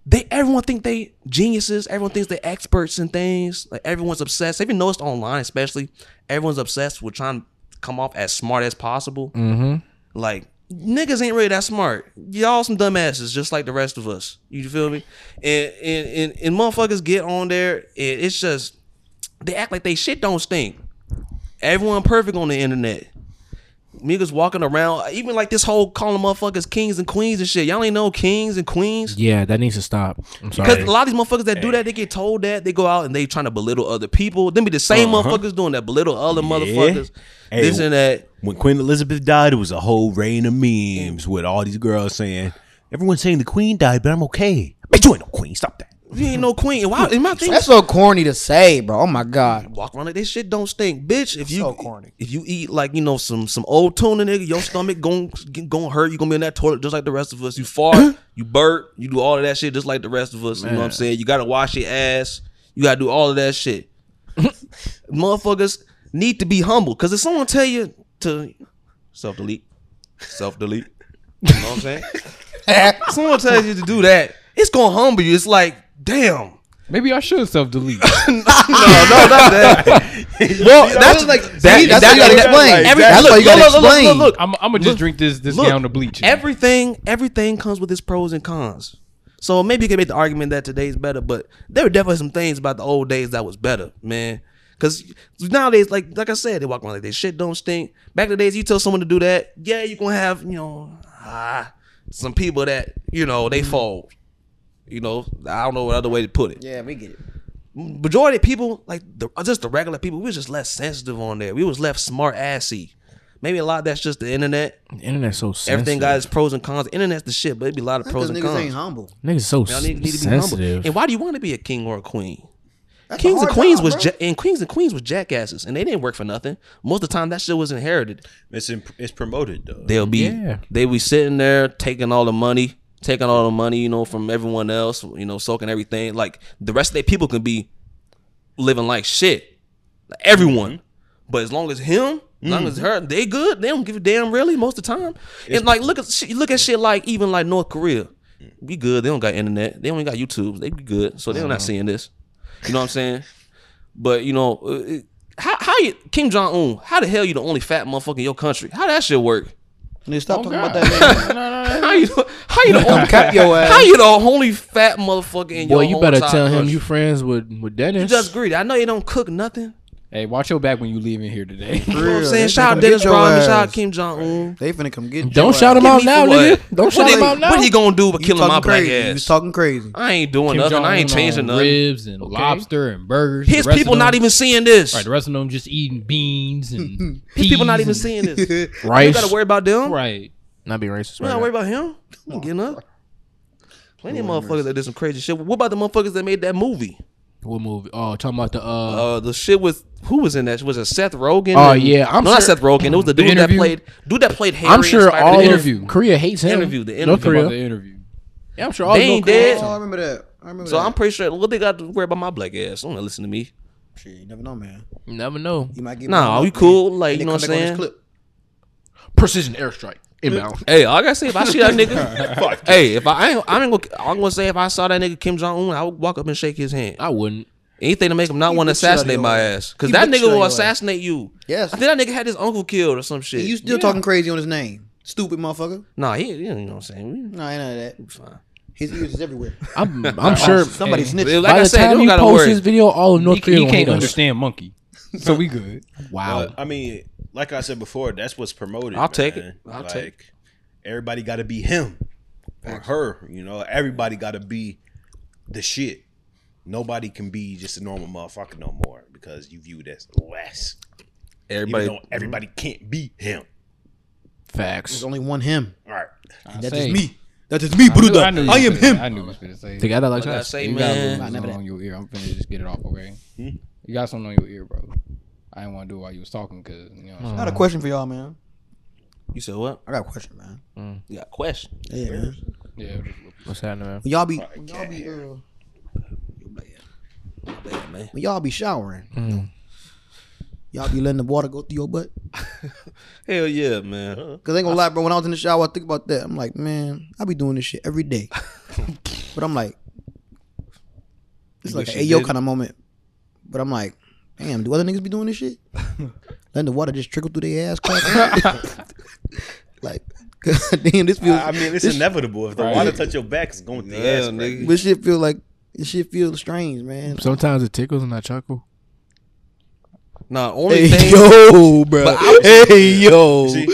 B: they everyone think they geniuses. Everyone thinks they experts in things. Like everyone's obsessed. Have you noticed online, especially everyone's obsessed with trying to come off as smart as possible.
A: Mm-hmm.
B: Like niggas ain't really that smart. Y'all some dumbasses, just like the rest of us. You feel me? And and and, and motherfuckers get on there, and it's just they act like they shit don't stink. Everyone perfect on the internet. Niggas walking around, even like this whole calling motherfuckers kings and queens and shit. Y'all ain't no kings and queens.
A: yeah, that needs to stop. I'm
B: Because
A: sorry.
B: a lot of these motherfuckers that do that, they get told that they go out and they trying to belittle other people. Then be the same motherfuckers doing that belittle other motherfuckers.
C: Hey,
B: This and that.
C: When Queen Elizabeth died, it was a whole reign of memes with all these girls saying, "Everyone's saying the Queen died, but I'm okay." Bitch, you ain't no queen. Stop that.
B: You ain't no queen. And why? And my thing,
E: That's so corny to say, bro. Oh my god.
B: walk around like this shit don't stink, bitch. If you e-,
E: So corny.
B: if you eat like you know some some old tuna, nigga, your stomach gon' gon' hurt. You gonna be in that toilet just like the rest of us. You
E: [CLEARS THROAT]
B: fart, you burp, you do all of that shit just like the rest of us. You know what I'm saying? You gotta wash your ass. You gotta do all of that
E: [LAUGHS]
B: shit. Motherfuckers need to be humble because if someone tell you to self delete, self delete, you know what I'm
E: [LAUGHS]
B: saying? If someone tells you to do that, it's gonna humble you. It's like damn.
D: Maybe I should
B: [LAUGHS]
D: self delete.
B: No, not
E: [LAUGHS]
B: [LAUGHS] that. well, that's like
E: See, that's what you gotta explain.
B: Every,
E: That's
B: look,
E: what you
B: look,
E: gotta
B: look, look, Look,
E: explain.
B: look,
D: I'm, I'm gonna
B: Look,
D: just drink this this
B: look,
D: down to bleach.
B: Everything, everything comes with its pros and cons. So maybe you can make the argument that today's better, but there were definitely some things about the old days that was better, man. Cause nowadays, like like I said, they walk around like they shit don't stink. Back in the days, you tell someone to do that, yeah, you gonna have you know ah, some people that you know they fold. You know, I don't know what other way to put it
E: Yeah, we get it.
B: majority of people, like the, uh, just the regular people, we was just less sensitive on there. We was left smart assy. Maybe a lot of that's just the internet.
A: The Internet's so sensitive.
B: Everything got its pros and cons. The internet's the shit, but it'd be a lot of pros
E: Those
B: and
E: niggas ain't
B: cons.
E: humble.
A: Niggas so
B: Y'all
A: s-
B: need, need to be humble.
A: sensitive.
B: And why do you want to be a king or a queen?
E: That's a
B: kings and
E: hard
B: queens
E: job,
B: was
E: bro.
B: ja- and queens and queens was jackasses, and they didn't work for nothing. Most of the time, that shit was inherited.
C: It's in, it's promoted though.
B: They'll be
A: Yeah.
B: they be sitting there taking all the money, taking all the money, you know, from everyone else, you know, soaking everything. Like the rest of their people can be living like shit. Like, everyone. But as long as him, as long as her, they good. They don't give a damn really most of the time. and like look at shit- you look at shit like even like North Korea. We good. They don't got internet. They only got YouTube. They be good. So they're not seeing this. You know what I'm saying? But you know, uh, it- how how you Kim Jong Un? How the hell you the only fat motherfucker in your country? How that shit work?
E: Nigga, stop talking about
D: God.
E: that. [LAUGHS] Man.
B: How you how you the
E: Come
B: only,
E: cap your ass.
B: how you the only fat motherfucker in
A: Boy,
B: your
A: you
B: whole
A: better
B: entire
A: tell him
B: country?
A: you friends with with Dennis.
B: You just greedy. I know you don't cook nothing.
D: hey, watch your back when you leaving here today. [LAUGHS]
B: You know what I'm
E: Real.
B: saying?
E: They
B: Shout out
E: finna
B: Dennis
E: get your
B: Rodman.
E: ass.
B: Shout out Kim Jong Un.
E: They finna come get you.
A: Don't shout him out
B: me
A: now,
B: for what?
A: nigga. Don't shout
B: What,
A: him
B: he-
A: out now.
B: what he gonna do but
E: You
B: killing my
E: talking
B: black
E: crazy. You was
B: ass? [LAUGHS]
E: talking crazy.
B: I ain't doing nothing. I ain't changing nothing.
D: Ribs and lobster and burgers.
B: His
D: The rest
B: people
D: of them-
B: not even seeing this.
D: Right, the rest of them just eating beans and
B: [LAUGHS] His people not
D: peas
B: even
D: and-
B: seeing this.
E: [LAUGHS]
B: You
A: Rice.
B: gotta worry about them.
D: Right.
A: Not be racist.
B: You
A: right
B: gotta worry
A: now.
B: about him. I'm getting up. Plenty of motherfuckers that did some crazy shit. What about the motherfuckers that made that movie?
A: What movie? Oh, talking about the uh,
B: Uh, the shit with who was in that? Was it Seth Rogen?
A: Oh,
B: and-
A: yeah, I'm
B: no, not
A: sure-
B: Seth Rogen. It was the
A: The
B: dude that
A: interview?
B: played dude that played Harry.
A: I'm
B: in
A: sure
B: Spider-Man.
A: all
B: The
A: of
B: interview.
D: interview.
A: Korea hates him.
B: Interview, the
A: North
B: interview
A: Korea.
D: About the interview.
A: Yeah, I'm sure all
B: They
A: of North
B: ain't
A: Korea.
B: dead.
A: hates
E: Oh, I
A: him.
E: remember that. I remember
B: So
E: that.
B: I'm pretty sure. What they got to worry about my black ass? Don't listen to me.
E: Shit, you never know, man.
A: You never know.
E: You might get.
B: Nah,
E: blown
B: we
E: up,
B: cool,
E: man.
B: like,
E: And
B: you
E: they
B: know
E: come
B: what I'm
E: back on this
B: saying?
E: clip.
A: Precision airstrike inbound.
B: Hey, all I gotta say if I see that nigga, hey, if I, I ain't, I ain't gonna, I'm gonna say if I saw that nigga Kim Jong Un, I would walk up and shake his hand.
A: I wouldn't.
B: Anything to make him not
E: He
B: want to
E: bitch shit out of
B: assassinate
E: your
B: my
E: ass.
B: ass, because
E: He
B: that
E: bitch shit
B: nigga
E: out
B: will
E: your ass.
B: assassinate you.
E: Yes.
B: I think that nigga had his uncle killed or some shit.
E: You still talking crazy on his name, stupid motherfucker.
B: nah, he, you know what I'm saying.
E: Nah, ain't none of that.
B: We fine.
E: His ears is everywhere. [LAUGHS]
A: I'm, I'm sure.
E: Somebody
D: Hey.
E: snitched.
B: Like
A: by
B: I
A: the
B: said, you
A: time
B: don't
A: you
B: gotta
A: post
B: worry.
A: this video, all of North
D: He,
A: Korea
D: he
A: gonna hate
D: can't
A: us.
D: understand monkey, so we good.
A: Wow.
C: But, I mean, like I said before, that's what's promoted.
B: I'll take
C: man.
B: it. I'll take it.
C: Everybody got to be him or her. You know, everybody got to be the shit. Nobody can be just a normal motherfucker no more because you viewed as less.
B: Everybody,
C: Everybody,
B: Mm-hmm.
C: Even though everybody can't be him.
A: Facts.
E: There's only one him.
C: All right.
D: I
E: That
D: say.
E: is me. That is me,
D: I knew-
E: Buddha. I,
D: knew you
E: am
D: was finna-
E: him.
D: I knew you was
B: [LAUGHS]
D: gonna say. that.
A: Together like
B: like I
A: us.
B: say,
D: You got a little
B: man,
E: Nah, never
D: something
E: that.
D: on your ear. I'm finna just get it off, okay? You got something on your ear, bro. I didn't want to do it while you was talking, cause you know. What I'm
E: I had a question for y'all, man.
B: You said what?
E: I got a question, man.
B: You got a question.
E: Yeah, man.
D: Yeah.
A: What's happening, man?
E: When y'all be when y'all be uh,
B: Yeah, man.
E: when y'all be showering,
B: Mm.
E: y'all be letting the water go through your butt.
B: Hell yeah, man.
E: Cause I ain't gonna lie, bro. When I was in the shower, I think about that. I'm like, man, I be doing this shit
B: [LAUGHS]
E: every day. but I'm like, it's
B: You
E: like
B: wish
E: an
B: you
E: Ayo
B: didn't?
E: kind of moment. But I'm like, damn, do other niggas be doing this
B: [LAUGHS]
E: shit? Letting the water just trickle through their ass crack. [LAUGHS] like, [LAUGHS] damn, this feels.
C: I I mean, it's
E: this,
C: inevitable. If the
D: Right.
C: water touch your back, it's going through
B: Yeah,
C: your ass,
B: nigga.
C: nigga.
E: This shit feel like this shit feels strange, man.
A: Sometimes it tickles and I chuckle.
B: Nah, only
E: Hey [LAUGHS]
B: thing.
E: yo, bro.
B: But I was-
E: Hey yo.
C: See,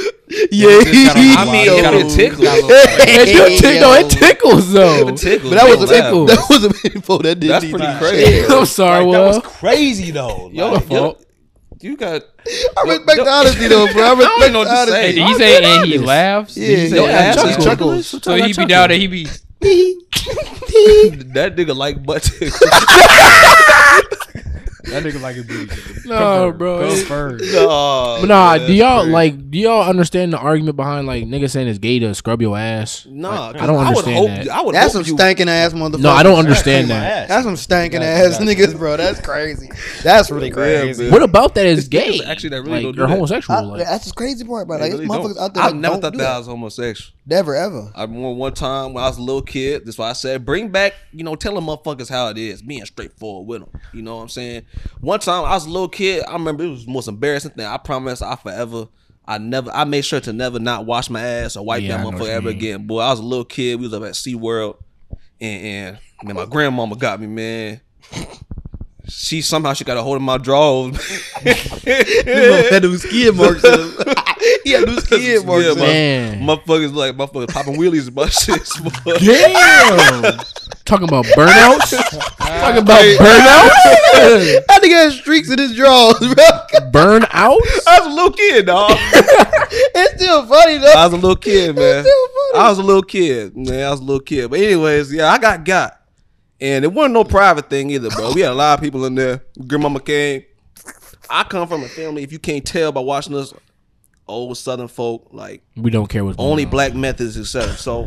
E: Yeah.
B: I mean,
E: yo.
B: it
E: [LAUGHS]
B: tickles.
A: It do tick- no, it tickles though.
B: It tickles.
E: But that was a
A: tickle.
E: that was a info that did.
B: That's
E: need
B: pretty
E: to be
B: crazy.
A: [LAUGHS]
E: shared.
A: I'm sorry,
C: like, that
B: uh,
A: well.
C: was crazy though.
B: Yo,
C: Like,
B: yo, you got
E: I
B: Yo,
E: respect
B: yo-
E: the honesty though, bro. I
B: don't
E: respect
B: know
E: the
B: what to
E: honesty.
B: say.
D: Hey, did
B: I'm
D: you say and he laughs? Did
E: Yeah,
D: you say
E: yo,
D: that?
E: ass
D: Chuckles.
E: chuckles. [LAUGHS]
D: So he be down there. He be.
B: That nigga like butt [LAUGHS] tickles.
D: That nigga like a booty.
A: No, Oh, bro. it-
B: nah,
A: But nah,
B: man,
A: do y'all
B: that's crazy.
A: like? Do y'all understand the argument behind like niggas saying it's gay to scrub your ass?
B: Nah,
A: I don't understand
B: I would hope.
A: that.
B: I would
E: That's some
B: hope you.
E: stankin' ass motherfucker.
A: No, I don't
C: clean
A: understand
C: my
A: that.
C: ass.
E: That's some stankin'
D: Exactly,
E: ass niggas, bro. That's crazy. That's really crazy.
B: man.
A: What about that is gay?
B: niggas actually that really
A: like,
B: don't do
A: you're
B: that.
A: homosexual.
E: I-
A: like,
E: that's the crazy part, bro.
B: They
E: Like,
B: really
E: there's motherfuckers
B: don't.
E: out there.
B: I
E: that
B: never
E: don't
B: thought
E: do
B: that I was homosexual.
E: Never [LAUGHS] ever.
B: I remember one time when I was a little kid. That's why I said, bring back, you know, telling motherfuckers how it is, being straightforward with them. You know what I'm saying? One time I was a little kid. I remember it was the most embarrassing thing. I promise I forever. I never. I made sure to never not wash my ass or wipe
A: Yeah, I
B: that
A: know what
B: motherfucker
A: you
B: ever
A: mean.
B: again. Boy, I was a little kid. We was up at SeaWorld, and, and man, my grandmama got
A: [LAUGHS]
B: me, man. She somehow she got a hold of my drawers.
E: had those skid marks. in them. [LAUGHS] He had those skid marks.
B: Yeah,
E: in them.
A: man,
B: Motherfuckers like motherfuckers popping wheelies and my [LAUGHS] shits.
A: [LAUGHS]
B: boy. [LAUGHS]
A: damn. Talking about burnouts. Talking about burnouts.
E: That nigga had streaks in his drawers, [LAUGHS] bro.
A: burnouts.
B: [LAUGHS] I was a little kid, dog.
E: It's still funny
B: I
E: though.
B: was a little kid, man.
E: That's so funny.
B: I was a little kid, man. I was a little kid. But anyways, yeah, I got got, and it wasn't no private thing either, bro. We had a lot of people in there. Grandmama came. I come from a family. If you can't tell by watching us, old Southern folk, like
A: We don't care what's
B: only
A: Going
B: black methods, etc. So,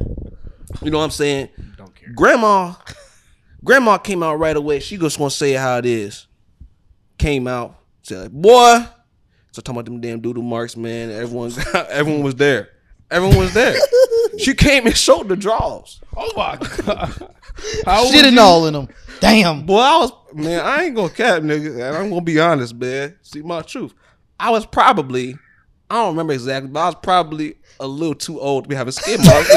B: you know what I'm saying? Don't care. Grandma, grandma came out right away. She just gonna say it how it is. Came out, said, "Boy," so talking about them damn doodle marks, man. Everyone, [LAUGHS] everyone was there. Everyone was
D: [LAUGHS]
B: there. she came and showed the draws.
D: Oh my god. How
E: Shit and all in them. Damn.
B: Boy, I was man. I ain't gonna cap, nigga. And I'm gonna be honest, man. See my truth. I was probably. I don't remember exactly, but I was probably a little too old to be having skin marks.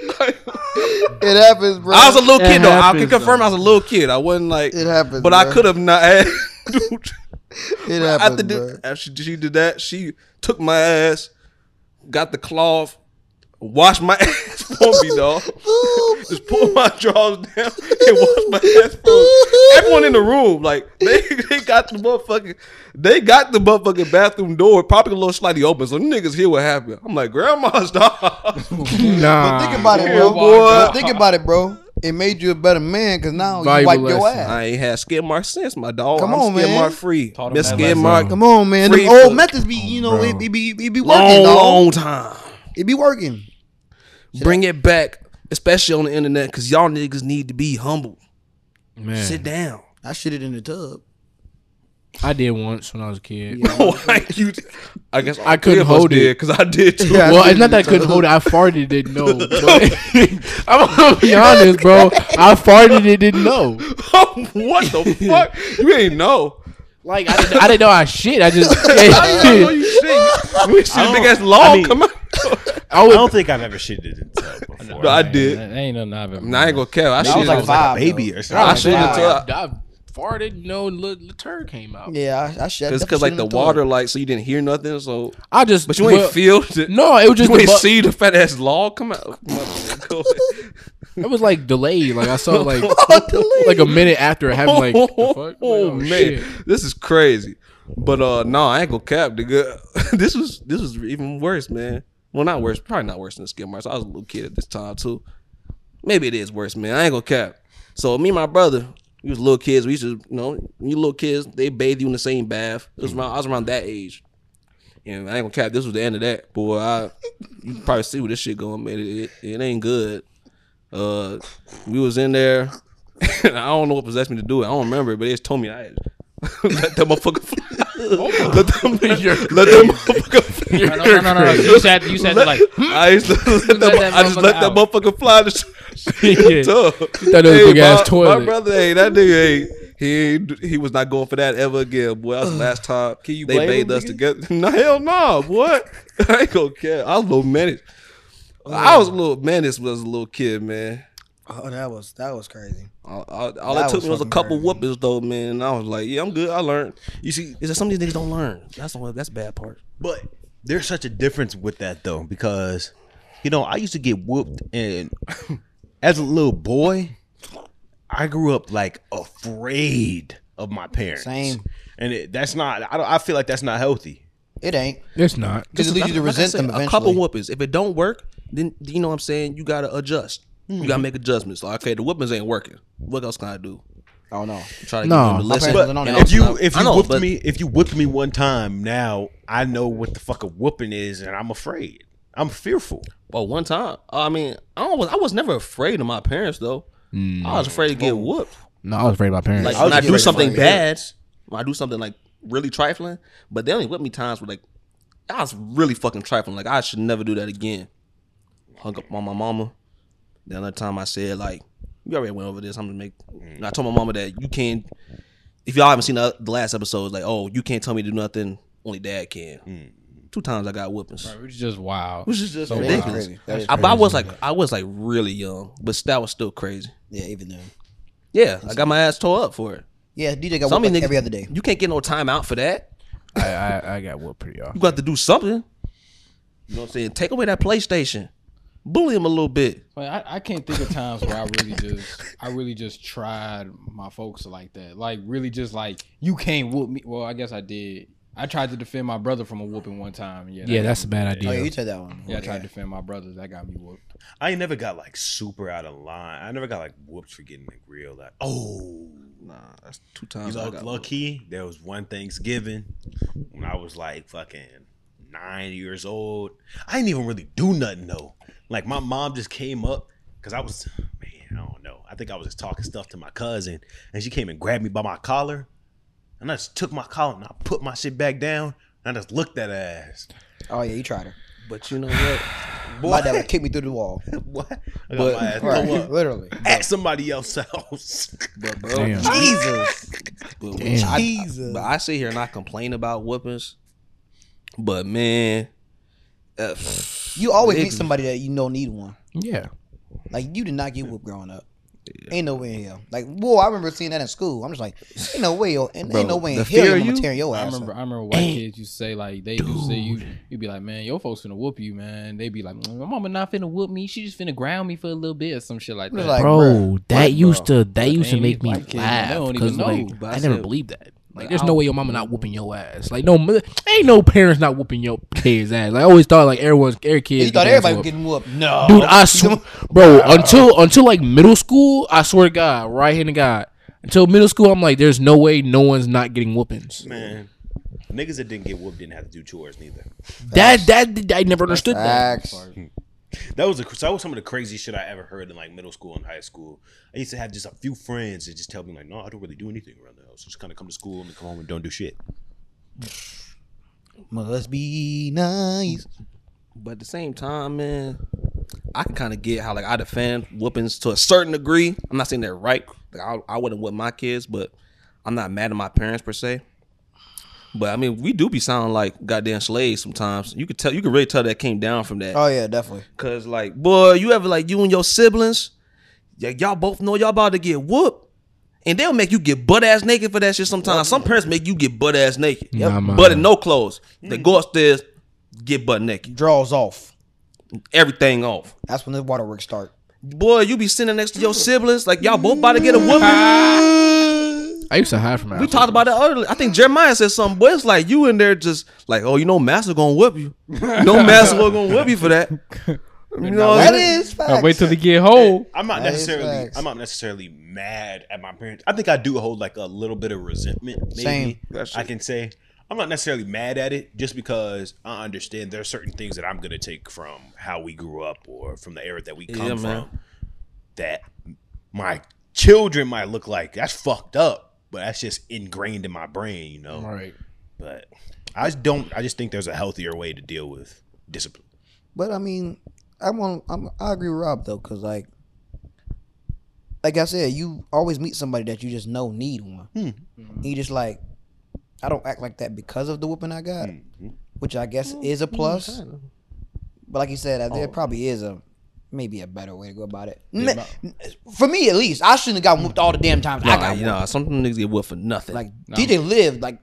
E: It happens, bro.
B: [LAUGHS] I was a little
A: It
B: kid though. I can
A: happens,
B: confirm I was a little kid. I wasn't like
E: It happens,
B: but I
E: bruh.
B: could have not. Had,
E: [LAUGHS]
B: dude, after,
E: it happens, bro.
B: did, after she, she did that, she took my ass, got the cloth, washed my [LAUGHS] ass for me, dog. Just pulled my drawers down [LAUGHS] and washed [LAUGHS] my ass for me. Everyone in the room, like they, they got the motherfucking, they got the motherfucking bathroom door probably a little slightly open, so niggas hear what happened. I'm like, [LAUGHS] grandma's dog.
A: on. Nah.
E: Think about it,
B: Yeah,
E: bro.
B: boy.
E: But think about it, bro. It made you a better man because now you
A: Valuable
E: wipe your
A: lesson.
E: ass.
B: I ain't had skin mark since my dog.
E: Come
B: I'm
E: on,
B: skin
E: man.
B: mark free.
D: Taught him
B: Been
D: that
B: skin
D: lesson.
B: mark
E: Come on, man.
B: Free
E: Them old
B: foot.
E: methods be, you know, it, it be it be working,
B: long,
E: dog.
B: long time.
E: It be working.
B: Bring it back, especially on the internet, because y'all niggas need to be humble.
A: man,
B: Sit down.
E: I shit it in the tub.
A: I did once when I was a kid.
B: [LAUGHS] Why you? I guess
A: I couldn't hold it.
B: because I did too.
E: Yeah, I
A: well,
E: shit
A: it's not
E: in the
A: that I couldn't
E: tub.
A: hold it. I farted and didn't know. But [LAUGHS] I'm gonna be honest, bro. I farted and didn't know.
B: [LAUGHS] what the fuck? You ain't know.
A: Like I didn't, I didn't know I shit. I
B: [LAUGHS]
A: just [LAUGHS]
B: I didn't know you shit. [LAUGHS] We shit
C: I
B: big
C: don't-
B: ass long.
C: I mean-
B: come on.
A: I
C: I
A: was,
C: don't think I've ever shitted in the tub before.
B: No, [LAUGHS] I did.
D: That ain't nothing I've ever.
B: Nah, I ain't gonna care. I
E: I was
B: shit.
E: like
B: Like
E: five.
C: Baby
E: though.
C: or
B: I
C: something.
B: shit until
A: I, I farted, you know, and the turd came out.
E: Yeah, I, I shit.
B: because
E: I
B: because
E: shit
B: like
E: in
B: the
E: tub.
B: water like so you didn't hear nothing so
A: I just,
B: but you ain't
A: well,
B: feel it.
A: No, it was just
B: you
A: the
B: ain't
A: bu-
B: see the fat ass log come out. Come on, [LAUGHS] go ahead.
A: it was like delayed. Like I saw it
B: [LAUGHS]
A: like like a minute after it happened. Like the fuck? Like,
B: oh, man, [LAUGHS]
A: shit.
B: this is crazy. But uh, no, I ain't gonna cap, nigga. [LAUGHS] this was this was even worse, man. Well, not worse, probably not worse than the skin marks. I was a little kid at this time too. Maybe it is worse, man. I ain't gonna cap. So me and my brother, we was little kids. We used to, you know, you little kids, they bathe you in the same bath. It was around, I was around that age. And I ain't gonna cap. This was the end of that, boy. I you can probably see where this shit going, man. It, it, it ain't good. Uh, we was in there. [LAUGHS] and I don't know what possessed me to do it. I don't remember, it, but they just told me I [LAUGHS] had let that motherfucker. [LAUGHS] Fly. let them. let that motherfucker. [LAUGHS] Fly.
D: No, no, no, no, no. You said you
B: [LAUGHS]
D: said like [LAUGHS]
B: I used to let that,
D: that
B: I just let that
D: motherfucker
B: motherfucker fly. The
A: Yeah. [LAUGHS]
B: shit tub.
A: That was big ass
B: my,
A: toilet.
B: My brother, hey, that nigga, hey, he ain't- he was not going for that ever again, boy. That was the last time Can
F: you
B: they
F: blame
B: bathed
F: him,
B: us
F: nigga?
B: together. [LAUGHS] No hell no, boy. [LAUGHS] I ain't gonna care. I was a little menace. I was a little menace when I was a little kid, man.
E: Oh, that was that was crazy.
B: All, all, all
E: That
B: it took
E: was
B: me was a
E: fucking
B: couple
E: crazy.
B: whoopings though, man. And I was like, yeah, I'm good. I learned. You see, is that some of these niggas don't learn? That's the one. That's the bad part.
C: But there's such a difference with that though, because you know I used to get whooped, and [COUGHS] as a little boy, I grew up like afraid of my parents.
E: Same.
C: and it, that's not. I don't. I feel like that's not healthy.
E: It ain't
A: It's not.
E: because it leads you to
B: Like I
E: resent
B: said,
E: them eventually.
B: A couple whoopings. If it don't work, then you know what I'm saying. You gotta adjust. You
E: Hmm.
B: gotta make adjustments. Like, okay, the whoopings ain't working. What else can I do?
E: oh no,
B: Try to
A: No.
B: get them to
E: My
B: listen.
E: parents wasn't on
B: and
E: that.
B: I'm-
C: If you if
B: I
C: you
B: know,
C: whooped
B: but-
C: me if you whipped me one time, now I know what the fuck a whooping is, and I'm afraid. I'm fearful.
B: Well, one time, I mean, I was I was never afraid of my parents though. I was afraid to get whooped.
A: No, I was afraid of my parents.
B: Like
C: I was
B: when I
C: afraid
B: do
C: of
B: something
C: my
B: bad, when I do something like really trifling, but they only whipped me times where like I was really fucking trifling. Like I should never do that again. Hung up on my mama. The other time I said like, "We already went over this. I'm gonna make." And I told my mama that you can't. If y'all haven't seen the, the last episode, it's like, "Oh, you can't tell me to do nothing. Only dad can." Two times I got whoopings.
D: It was just wild.
B: Which is just
D: So
B: ridiculous.
E: Mm. wild. That is
B: I, but I was like, I was like really young, but that was still crazy.
E: yeah, even then.
B: Yeah, I got my ass tore up for it.
E: Yeah, DJ got
B: Some
E: whooped
B: of these
E: like
B: niggas-
E: every other day. Oh,
B: You can't get no time out for that.
A: I, I, I got whooped pretty often.
B: You got to do something. You know what I'm saying? Take away that PlayStation. Bully him a little bit.
D: Like, I, I can't think of times where I really just I really just tried my folks like that. Like really just like you can't whoop me. Well, I guess I did. I tried to defend my brother from a whooping one time. Yeah, that
A: Yeah,
D: got
A: that's a
D: me.
A: bad
E: Oh yeah,
A: idea.
E: you said that one.
D: Yeah, I tried to defend my brother. That got me whooped.
C: I ain't never got like super out of line. I never got like whooped for getting like real like oh
B: Nah, that's two
C: you
B: times. Uh-huh, I
C: look
B: got
C: lucky. There was one Thanksgiving when I was like fucking nine years old. I didn't even really do nothing though. Like my mom just came up because I was man, I don't know. I think I was just talking stuff to my cousin, and she came and grabbed me by my collar, and I just took my collar and I put my shit back down, and I just looked at her ass. [LAUGHS]
E: Oh yeah, you tried her.
B: But you know [LAUGHS] what?
E: My dad would kick me through the wall.
C: What? I got
B: But-
C: my ass
E: Right,
B: [LAUGHS]
C: tore up
E: [LAUGHS] literally.
C: at somebody else's [LAUGHS] house.
B: But bro,
A: Damn.
E: [LAUGHS] Jesus.
B: but,
A: Damn.
B: I,
E: Jesus.
B: but I sit here and I complain about whoopings. But man, uh,
E: You always meet
B: Niggas.
E: somebody that you know need one.
A: Yeah.
E: Like you did not get whooped growing up. Ain't no way in hell. Like, whoa, I remember seeing that in school. I'm just like, ain't no way, yo, and
B: Bro,
E: ain't no way in
B: the
E: hell
B: fear
E: I'm
B: you-
E: tearing your
D: I
E: ass.
D: remember
E: up.
D: I remember white kids used to say like they do say you you'd be like, Man, your folks finna whoop you, man. They be like, My mama not finna whoop me, she just finna ground me for a little bit or some shit like
E: It was
D: that.
E: like-
A: Bro, that used to that used to
D: ain't
A: make
D: these
A: me
D: white kids, they
A: laugh
D: don't
A: because
D: even know,
A: like
B: but I
A: I never
B: said-
A: believed that. Like,
B: but
A: there's
B: I-
A: no way your mama not whooping your ass. Like, no, [LAUGHS] mo- ain't no parents not whooping your [LAUGHS] kids' ass. Like, I always thought like everyone's every kid.
E: You thought everybody was getting whooped. No.
A: Dude, I
E: Oh.
A: swear, bro. Until until like middle school, I swear to God, right hand to God. Until middle school, I'm like, there's no way no one's not getting whoopings.
C: Man, niggas that didn't get whooped didn't have to do chores neither.
A: That that I never understood that.
E: Facts.
C: That was the that was some of the crazy shit I ever heard in like middle school and high school. I used to have just a few friends that just tell me like, no, I don't really do anything around the house. Just kind of come to school and come home and don't do shit.
E: Must be nice.
B: But at the same time, man, I can kind of get how like I defend whoopings to a certain degree. I'm not saying they're right. Like I, I wouldn't whip my kids, but I'm not mad at my parents per se. But I mean, we do be sounding like goddamn slaves sometimes. You could tell, you could really tell that came down from that.
E: Oh yeah, definitely.
B: Cause like, boy, you ever like you and your siblings, y- y'all both know y'all about to get whooped. And they'll make you get butt ass naked for that shit sometimes. Some parents make you get butt ass naked.
A: Nah,
B: Yep.
A: man.
B: But in no clothes. They go upstairs, get butt naked.
E: Draws off.
B: Everything off.
E: That's when the waterworks start.
B: Boy, you be sitting next to your
E: Mm-hmm.
B: siblings, like y'all both about to get a
E: Ah.
B: whooping.
A: I used to hide from that.
B: we talked about that earlier. I think Jeremiah said something, but it's like you in there just like, oh, you know, Master gonna whip you.
E: [LAUGHS]
B: No Master was gonna whip you for that. You know what I'm
E: That
B: saying?
E: is
D: I
E: facts.
D: wait till they get whole.
C: I'm not
E: That is
C: necessarily
E: facts.
C: I'm not necessarily mad at my parents. I think I do hold like a little bit of resentment. Maybe
E: Same.
C: I can say. I'm not necessarily mad at it just because I understand there are certain things that I'm going to take from how we grew up or from the era that we come
B: Yeah,
C: from
B: man.
C: that my children might look like. That's fucked up, but that's just ingrained in my brain, you know.
A: Right.
C: But I just don't I just think there's a healthier way to deal with discipline.
E: But I mean, I want I'm, I agree with Rob though, cause like, like I said, you always meet somebody that you just know need one.
C: Hmm.
E: And You just like, I don't act like that because of the whooping I got,
C: Mhm.
E: which I guess is a plus. But like you said, uh, there probably is a maybe a better way to go about it. Me- For me, at least, I shouldn't have got whooped all the damn times I
B: Nah,
E: got
B: you
E: whooped.
B: know, some of them niggas get whipped for nothing.
E: Like
D: Nah.
E: DJ lived like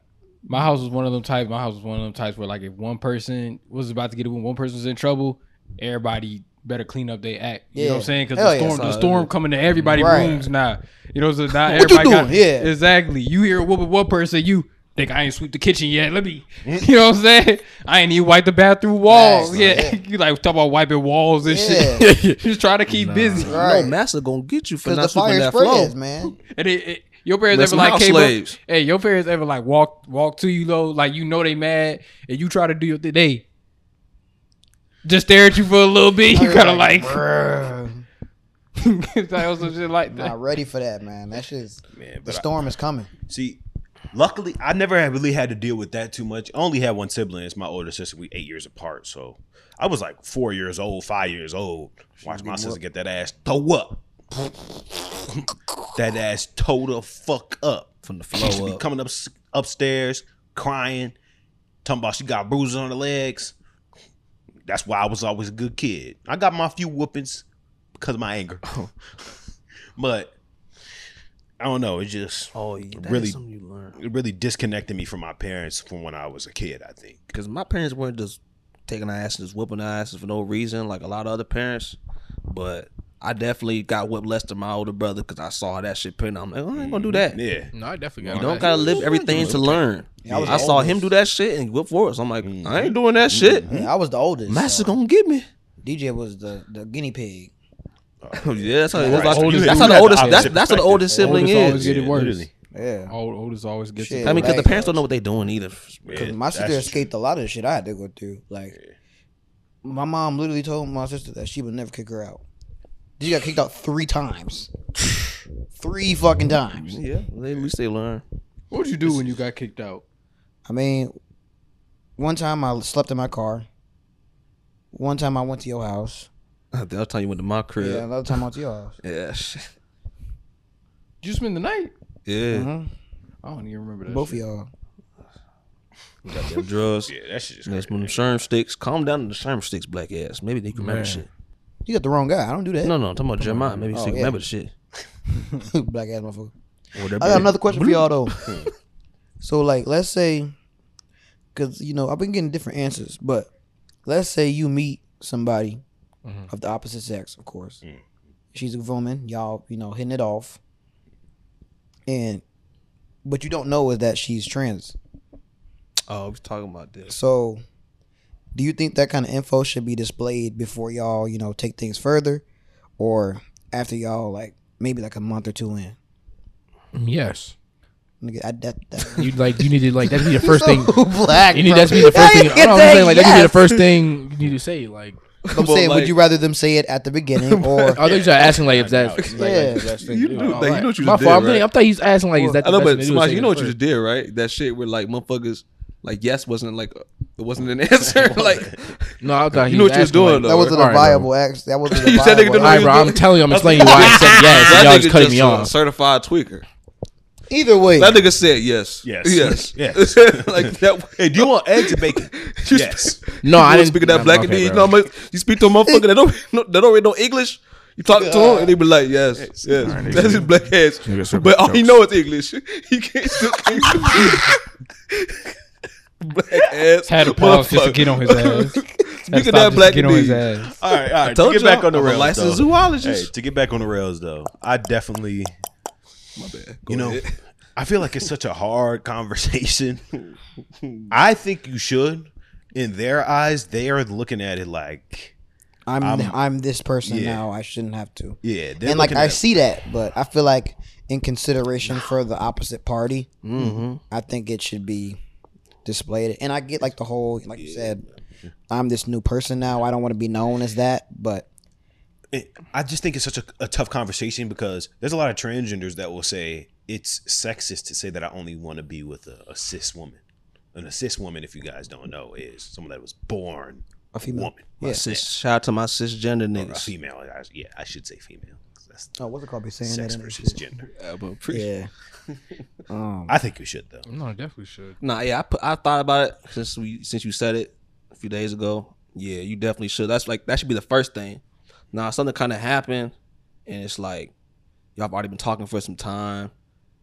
D: My house was one of them types. My house was one of them types where like if one person was about to get it, when one person was in trouble, everybody better clean up their act. You know what I'm
E: Yeah.
D: saying? Because
E: Hell
D: the
E: yeah,
D: storm, the
B: son.
D: storm coming to everybody
E: Right.
D: rooms now. You know, so now
E: What you
D: everybody got
E: doing? Yeah.
D: exactly. You hear a whooping one person, you think I ain't sweep the kitchen yet. Let me, [LAUGHS] you know what I'm saying? I ain't even wipe the bathroom walls.
E: Facts,
D: yeah, [LAUGHS] you like talk about wiping walls and
E: Yeah.
D: shit. [LAUGHS] Just trying to keep busy.
E: right
B: No master gonna get you for
E: because the
B: not sweeping
E: fire
B: that floor.
E: spreads, man.
D: And it, it, your parents
B: Listen,
D: ever like
B: house
D: came
B: slaves.
D: up, Hey, your parents ever like walk walk to you though, like you know they mad, and you try to do your thing. They just stare at you for a little bit. You kind of like,
E: Bruh,
D: [LAUGHS] it's like or some shit like that.
E: not ready for that, man. That shit's
C: Man,
E: the
C: but I-
E: storm is coming.
C: See, luckily, I never had really had to deal with that too much. I only had one sibling. It's my older sister. We eight years apart. So I was like four years old, five years old. Watch my sister get that ass toe up. that ass toe the fuck up.
B: From the
E: [LAUGHS]
C: She used to
B: floor
C: be
B: up.
C: coming up upstairs crying, talking about she got bruises on her legs. That's why I was always a good kid. I got my few whoopings because of my anger. but I don't know. It just
B: Oh, yeah, that is
C: Really-
B: something you learn.
C: it really disconnected me from my parents from when I was a kid. I think.
B: Because my parents weren't just taking our asses, just whooping our asses for no reason, like a lot of other parents. But I definitely got whipped less than my older brother because I saw that shit. Pin, I'm like, oh, I ain't gonna do that.
C: Yeah,
A: No, I definitely
B: You
A: got.
B: don't gotta live everything to learn.
E: Yeah, I was
B: I saw
E: oldest.
B: him do that shit and whip for us. I'm like, I ain't doing that shit.
E: Yeah, I was the oldest.
B: Master
E: so
B: gonna get me.
E: DJ was the the guinea pig.
B: [LAUGHS] yeah, that's how
C: Right.
B: that's how- that's
D: Oldest-
B: how
D: you
B: the
D: had the
B: oldest that's
C: opposite
B: that's how the
C: perspective.
B: oldest sibling
D: Oldest always
B: is.
D: get it
C: Yeah,
D: worse.
C: literally.
B: Oh,
E: Yeah.
D: Old, oldest always gets
E: Shit.
D: it.
B: I mean, because the
E: Right.
B: parents don't know what they're doing either.
C: Yeah,
E: my sister
C: that's
E: escaped a lot of the shit I had to go through. Like, my mom literally told my sister that she would never kick her out. She got kicked out three times. three fucking times.
B: Yeah, they, at least they learn. [LAUGHS]
D: What would you do when you got kicked out?
E: I mean, one time I slept in my car. One time I went to your house.
B: They'll tell you went to my
E: Yeah,
B: crib.
E: another time I went to your house.
B: Yeah, yeah. Shit.
D: Did you spend the night?
B: yeah.
E: Mhm.
D: I don't even remember that.
E: Both of
D: shit.
E: y'all.
B: Got them drugs.
C: true. Yeah, that shit. Is
B: That's
C: crazy.
B: when them sherm sticks. Calm down to the sherm sticks, black ass. Maybe they can remember shit.
E: You got the wrong guy. I don't do that.
B: No, no, I'm talking about Jeremiah. Maybe
E: Oh,
B: she can
E: yeah.
B: remember the shit.
E: [LAUGHS] Black ass motherfucker.
B: Or Oh, that
E: I got
B: bitch.
E: another question for y'all though. so like, let's say, because you know I've been getting different answers, but let's say you meet somebody of the opposite sex, of course. She's a woman, y'all, you know, hitting it off, and but you don't know is that she's trans.
B: Oh, we're talking about this.
E: So, do you think that kind of info should be displayed before y'all, you know, take things further, or after y'all like maybe like a month or two in?
A: Mm, Yes.
E: Nigga, I, that, that,
A: You like you need to like that'd be the
E: [LAUGHS]
A: first thing.
E: So black.
A: You need
E: bro.
A: that to be the [LAUGHS]
E: [LAUGHS]
A: first
E: Yeah,
A: thing.
E: you
A: I know
E: can
A: what I'm
E: say
A: saying. Like that could be the [LAUGHS]
E: yes.
A: first thing you need to say. Like
E: [LAUGHS] I'm saying,
B: like-
E: would you rather them say it at the beginning or?
A: I think you're asking like if [LAUGHS] that's
E: Yeah.
B: You know, like, you know what you
A: my fault.
B: just
A: I'm thinking, I'm thinking he's asking like is that
B: I
A: the
B: know,
A: best thing to
B: but
A: do is
B: Smash,
A: say
B: you know what
A: it
B: you
A: first?
B: just did, right? That shit where like motherfuckers, like yes wasn't like it wasn't an [LAUGHS] answer. like
A: No, I thought
B: You know what you was doing, though.
E: That wasn't a
A: Alright, bro.
E: viable act. That wasn't a
B: You
E: viable.
B: said they could do
E: act.
A: Alright, bro. I'm telling you, I'm explaining you why I said yes.
B: that
A: and y'all
B: nigga
A: just cutting me
B: just a
A: off.
B: certified tweaker.
E: Either way,
B: That nigga said yes,
C: Yes.
B: yes,
C: Yes.
B: [LAUGHS] like that.
C: Hey, do you want eggs and bacon?
B: You
C: yes.
B: sp-
A: No,
B: you
A: I
B: really
A: didn't-
B: speak of that
A: no,
B: black
A: okay,
B: and you
A: bro.
B: know how much you speak to a motherfucker that don't no, that don't read no English. You talk to him and they be like, yes, yes, that's his black ass. But all he know is English. [LAUGHS] He can't still can't [LAUGHS] black ass.
D: Had to pause just to get on his ass. Had to
B: Speaking of
D: stop
B: that
D: just
B: black
D: to get on his
B: dude.
D: ass.
C: All right, all right.
B: told
C: to get
B: y'all,
C: back on the
B: I'm a
C: rails,
B: licensed
C: though.
B: zoologist.
C: Hey, to get back on the rails, though, I definitely,
B: My bad. Go
C: you know,
B: ahead.
C: I feel like it's such a hard conversation. I think you should. In their eyes, they are looking at it like,
E: I'm I'm, this person
C: yeah.
E: now. I shouldn't have to.
C: yeah, they're
E: And like
C: looking
E: I
C: at-
E: see that, but I feel like in consideration for the opposite party, I think it should be displayed it. And I get like the whole, like you said, I'm this new person now. I don't want to be known as that, but
C: it, I just think it's such a, a tough conversation because there's a lot of transgenders that will say it's sexist to say that I only want to be with a, a cis woman. An a cis woman, if you guys don't know, is someone that was born
E: a female.
C: woman.
E: Yeah.
B: Cis, shout out to my cisgender
C: Or a
B: niggas.
C: female. I- Yeah, I should say female. 'cause That's
E: Oh, what's it called? Be saying that.
C: sex
E: in that
C: versus
E: shit.
C: gender.
B: Yeah, but [LAUGHS] pre-
E: Yeah. um,
C: I think we should though.
D: No, I definitely should.
B: Nah, yeah, I put, I thought about it since we since you said it a few days ago. Yeah, you definitely should. That's like that should be the first thing. Now something kind of happened, and it's like y'all have already been talking for some time.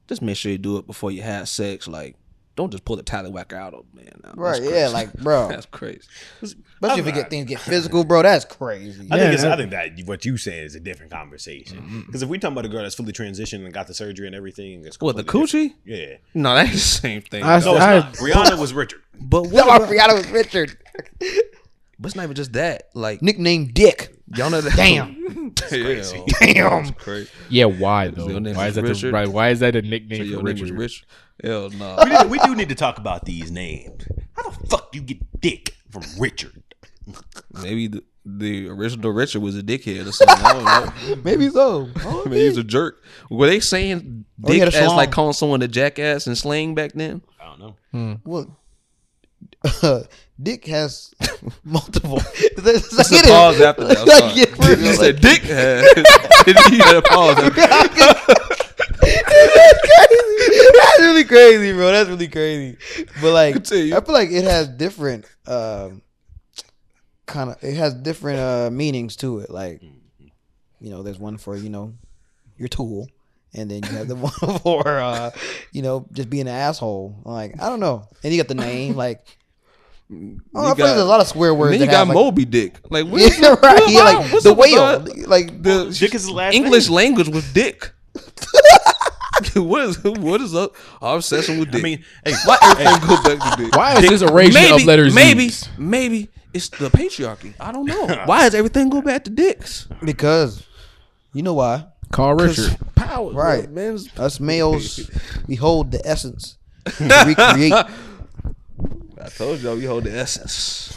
B: Just make sure you do it before you have sex. Like, don't just pull the tallywhacker out of man. Now, that's
E: Right,
B: crazy. [LAUGHS]
E: yeah, like, bro.
B: that's crazy.
E: especially if it get things get physical, bro. That's crazy.
C: I
A: Yeah,
C: think it's,
A: that-
C: I think that what you saying is a different conversation. Because if we talking about a girl that's fully transitioned and got the surgery and everything, it's
B: What the
C: completely
B: coochie?
C: different.
B: No, that ain't the same thing.
A: I
B: though.
C: Yeah, no, it's
A: I-
C: not. Rihanna was Richard.
B: but
E: No,
B: what?
E: I
B: About,
E: forgot it was Richard.
B: but it's not even just that. Like, [LAUGHS]
E: Nicknamed Dick.
B: y'all know that. [LAUGHS]
E: Damn.
B: Damn.
E: Damn.
B: Crazy.
A: Yeah, why though?
B: your name
A: Why
B: is
A: is that the,
B: Richard?
A: right? Why is that a nickname
B: So your
A: for
B: name is
A: Richard?
B: Rich. Hell no.
C: We, did, we do need to talk about these names. How the fuck do you get Dick from Richard?
B: Maybe the, the original Richard was a dickhead or something. I don't know.
E: Maybe so.
B: Maybe he was a jerk. Were they saying
E: Oh, he
B: dick
E: had a
B: as
E: schlong.
B: like calling someone a jackass and slang back then?
C: I don't know.
E: Well, [LAUGHS] Dick has [LAUGHS] multiple.
B: It's a pause after
E: [LAUGHS]
B: that. I'm sorry. He said dick has. [LAUGHS] he had a pause. After.
E: That's
B: [LAUGHS]
E: crazy. That's really crazy, bro. That's really crazy. But like,
B: Continue.
E: I feel like it has different um, kind of. It has different uh, meanings to it. Like, you know, there's one for you know your tool, and then you have the [LAUGHS] one for uh, you know just being an asshole. Like, I don't know. And you got the name. Like, oh, I
B: Mm, You
E: feel like
B: got-
E: there's a lot of swear words.
B: Then you
E: that
B: got
E: have, like-
B: Moby Dick. Like what? is
E: [LAUGHS] Yeah,
B: that-
E: right.
B: what
E: Yeah,
B: about-
E: like
B: what's
E: the
B: up with
E: whale.
B: that?
E: Like
B: The
C: Dick is the last
B: English language was dick. [LAUGHS] what is what is up? Our obsession with dick.
C: Name. I mean, hey,
B: why everything go back to dick?
A: Why is this arrangement
B: maybe,
A: of letters?
B: Maybe,
A: used?
B: maybe it's the patriarchy. I don't know. Why does everything go back to dicks?
E: because you know why.
A: Call Richard.
B: Power,
E: Right.
B: man. It's-
E: Us males, we hold the essence. to recreate.
B: I told y'all we hold the essence.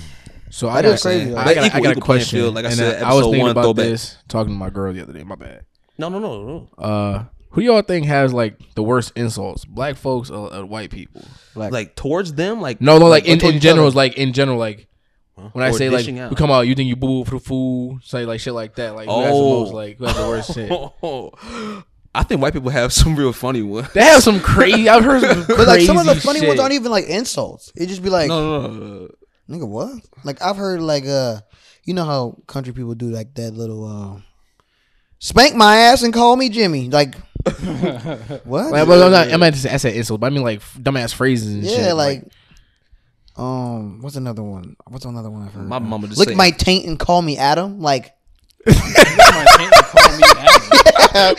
A: So I
E: That
A: got,
E: is crazy, though.
A: I got, I
B: Equal-
A: got a
B: equal playing
A: question.
B: field, like I
A: and uh,
B: said,
A: I was
B: episode
A: thinking
B: one,
A: about
B: throwback.
A: this talking to my girl the other day. My bad.
B: No, no, no, no.
A: Uh, who y'all think has like the worst insults? Black folks or, or white people?
B: Like towards them, like
A: No, no, like in,
E: towards
A: in
E: each
A: general,
E: other?
A: it's like in general, like when I
B: Or
A: say like
B: dishing out.
A: we come out, you think you boo for the food, say like shit like that. Like who has the
B: Oh.
A: most? Like who has the worst shit?
B: [LAUGHS] I think white people have some real funny [LAUGHS] ones.
A: They have some crazy. I've heard some crazy
E: But like some of the funny
A: shit.
E: ones aren't even like insults. It just be like,
B: No, no, no, no.
E: nigga, what? Like I've heard like uh, you know how country people do like that little uh, spank my ass and call me Jimmy. Like what?
A: Like, but I'm not. I'm not just, I said insult, but I mean like dumbass phrases and shit.
E: yeah, like, um, what's another one? What's another one I've heard?
B: My mama just
E: Lick
B: said-
E: my taint and call me Adam. Like
D: My aunt would call me Adam.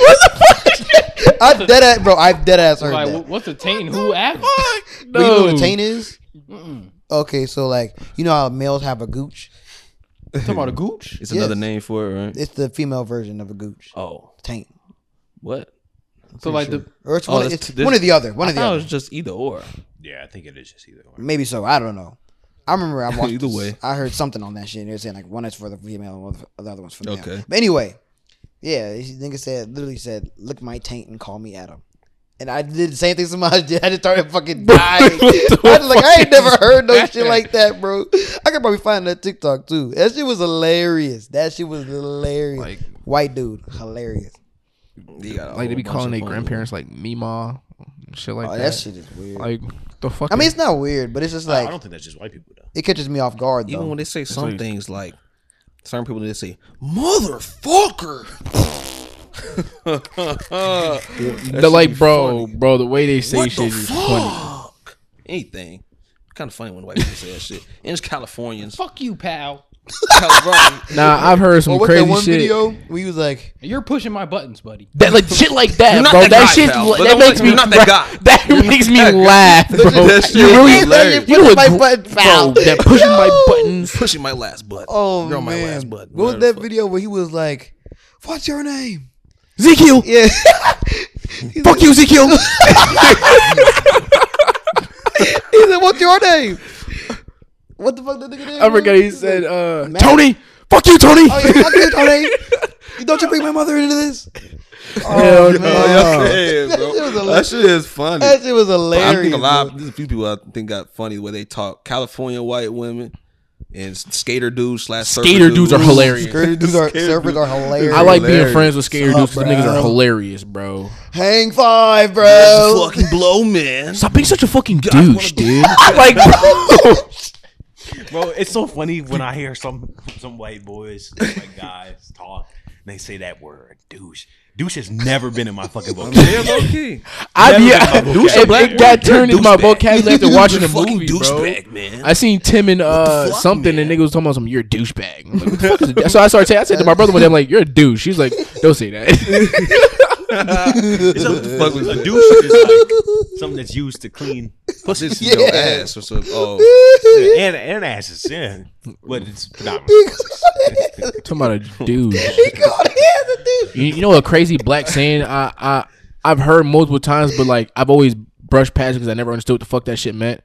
E: I dead ass, bro. I've dead ass heard
D: [LAUGHS] Like,
E: that.
D: wh- what's a taint? Who Adam?
B: [LAUGHS]
E: But you know what a
A: No.
E: taint is? Okay, so like you know how males have a gooch?
D: Talking about a gooch?
B: it's
E: Yes.
B: another name for it, right?
E: It's the female version of a gooch.
B: Oh,
E: Taint.
B: what?
D: So like the
E: Or it's
B: Oh,
E: one.
B: that's-
E: it's
B: this-
E: one or the other. One
B: I
E: or the
B: thought it
E: other.
B: was just either or.
C: yeah, I think it is just either one.
E: Maybe so. I don't know. I remember I watched.
B: Either
E: this-
B: way.
E: I heard something on that shit. and They were saying like one is for the female, and one for- the other one's for the
B: Okay.
E: male. But anyway, yeah, this nigga said literally said, "Lick my taint and call me Adam." And I did the same thing [LAUGHS] somebody did. I just started fucking dying.
A: the
E: [LAUGHS] I was like, I ain't
A: fuck
E: never heard no shit like that, bro. I could probably find that TikTok too. That shit was hilarious. That shit was hilarious.
A: Like-
E: White dude, hilarious.
B: They got Oh,
A: like
B: a
A: they
B: whole
A: be
B: bunch
A: calling
B: of
A: their
B: phones.
A: grandparents like Mima, shit like
E: Oh,
A: that.
E: that shit is weird.
A: Like the fuck.
E: I mean, it's not weird, but it's just
C: I don't
E: like
C: think that's just white people though.
E: it catches me off guard
B: Even
E: though.
B: when they say some
A: like-
B: things like certain people they say motherfucker.
A: the like, bro, bro, the way they say
B: what
A: shit
B: the
A: is funny.
B: fuck? Anything. Kind of funny when white people say that shit. And it's Californians.
D: Fuck you, pal.
B: California.
A: [LAUGHS] Nah, I've heard some
E: Or what's
A: crazy
E: that one
A: shit.
E: video where he was like,
D: You're pushing my buttons, buddy.
A: That like shit like that,
B: You're not
A: bro.
B: that
A: That,
B: guy,
A: shit
B: pal, but
A: that
B: don't
A: makes
B: worry,
A: me
B: you're not that guy.
A: [LAUGHS] That makes me laugh, bro.
B: That shit
A: you
B: is
A: really
B: hilarious.
A: you
E: Pushing
A: a
E: my
A: gr-
E: button, pal.
A: bro. That pushing my
E: No.
A: buttons.
B: Pushing my last button.
E: "Oh
B: You're on
E: man,
B: my last button.
E: what was
B: Whatever the
E: that
B: fuck.
E: video where he was like, what's your name?"
A: Ezekiel,
E: Yeah, [LAUGHS]
A: fuck you, Ezekiel.
E: he said, "What's your name?" [LAUGHS] What the fuck did nigga name?
A: I forgot he
E: was?
A: said, uh,
E: Matt.
A: Tony. Fuck you, Tony.
E: Oh, yeah, fuck you, Tony. You- Don't you bring my mother into this?
A: [LAUGHS] Hell no.
B: Oh, [LAUGHS] y'all serious,
E: That shit was
B: bro.
E: hilarious.
B: That shit is funny.
E: That shit was
B: I think
E: hilarious.
B: a
E: bro.
B: lot. There's a few people I think got funny where they talk California white women and skater dudes slash surfer
A: Skater dudes are hilarious.
E: Skirt dudes are,
B: Skirt
E: surfers
B: dudes.
E: are hilarious.
A: I like being
B: Hilarious.
A: friends with skater
E: Sup,
A: dudes because niggas
E: bro?
A: are hilarious, bro.
E: Hang five, [LAUGHS] bro.
B: Fucking blow, man.
A: Stop being such a fucking douche, dude. [LAUGHS] like, bro.
C: Bro, it's so funny when I hear some some white boys, some white guys talk, and they say that word, douche. Douche has never been in my fucking
B: Yeah,
C: vocabulary.
B: low key.
A: I be
C: Never been my
A: douche. If
B: vocabulary.
A: it got turned into my
B: Douchebag.
A: vocabulary after watching a movie, bro.
B: douchebag, man. [LAUGHS]
A: I seen Tim and uh,
B: fuck,
A: something, and
B: man?
A: nigga was talking about some. You're a douchebag. I'm like, what the fuck is a- so I started. Saying, I said to my brother one day, I'm like, "You're a douche." He's like, "Don't say that." [LAUGHS]
C: So what the fuck was a douche is like something that's used to clean pussy
B: This is your ass or something. Oh, [LAUGHS]
E: Niggas-
C: and, and asses, yeah. But it's predominant.
A: talking about a douche.
E: he called his a dude.
A: You, you know a crazy black saying I I I've heard multiple times, but like I've always brushed past because I never understood what the fuck that shit meant.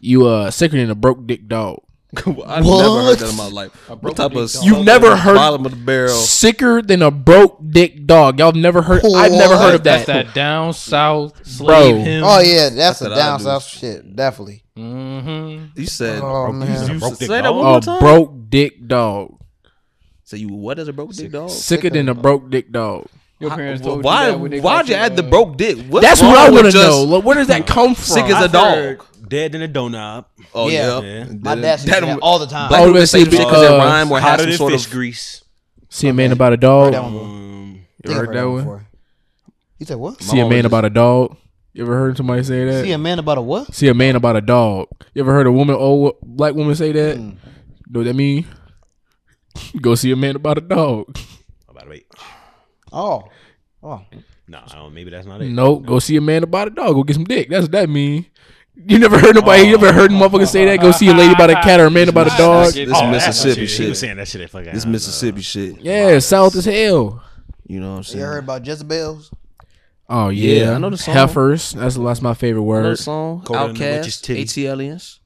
A: You uh sicker than a broke dick dog.
B: I've never heard that in my life. What type of
A: You've never heard-
B: bottom of the barrel?
A: Sicker than a broke dick dog. Y'all have never heard. I've never heard of
D: That's
A: that.
D: that down south slave
A: Bro.
D: him.
E: Oh yeah, that's, a
B: what I
E: down
B: do.
E: south shit, definitely.
D: Mm-hmm.
B: You said
E: Oh man,
C: You broke
B: Say
C: dick
B: that
C: dog.
B: one
A: A
B: more time.
A: broke dick dog.
B: So you what is a broke dick dog?
A: Sicker than a broke dick dog.
D: Your parents told
B: Why?
D: you that when they
B: Why'd
D: got
B: you add the
D: uh,
B: broke dick? What's
A: That's
B: wrong
A: what I
B: with
A: want to
B: just
A: know. Like, where does that come from?
B: Sick as a
C: I've
B: dog.
C: heard Dead in a donut.
B: Oh yeah.
E: Yeah.
C: Yeah.
E: my dad said that all the time.
B: Black
A: Oh,
B: people
A: let's
B: say
A: see,
B: shit 'cause
A: because-
B: it rhyme or has
C: Hotter
B: some
C: than
B: sort
C: fish
B: of
C: grease.
A: See a man about a dog.
E: that one before.
C: Um,
A: You heard that one?
E: before. You said what?
A: See a
B: mama
A: man
B: just-
A: about a dog. You ever heard somebody say that?
E: See a man about a what?
A: See a man about a dog. You ever heard a woman, old black woman, say that? Know what that mean? [LAUGHS] Go see a man about a dog.
C: oh, by the way,
E: Oh, oh,
C: no, I don't, maybe that's not it.
A: No, go see a man about a dog. Go get some dick. That's what that mean. You never heard nobody. You never heard motherfuckers say that. Go see a lady
B: [LAUGHS]
A: about a cat or a man about a dog.
B: This
C: Oh, that's
B: Mississippi
C: what she- He was
B: shit.
C: saying that shit. At fucking
B: This Mississippi shit.
A: Yeah, south as hell.
B: You know what I'm
E: you
B: saying?
E: heard about Jezebels?
A: Oh yeah,
B: I know the song.
A: Heifers. That's that's my favorite
B: Another
A: word.
B: song.
C: Colder than the witch's
B: Outcast.
C: titty.
B: ATLians.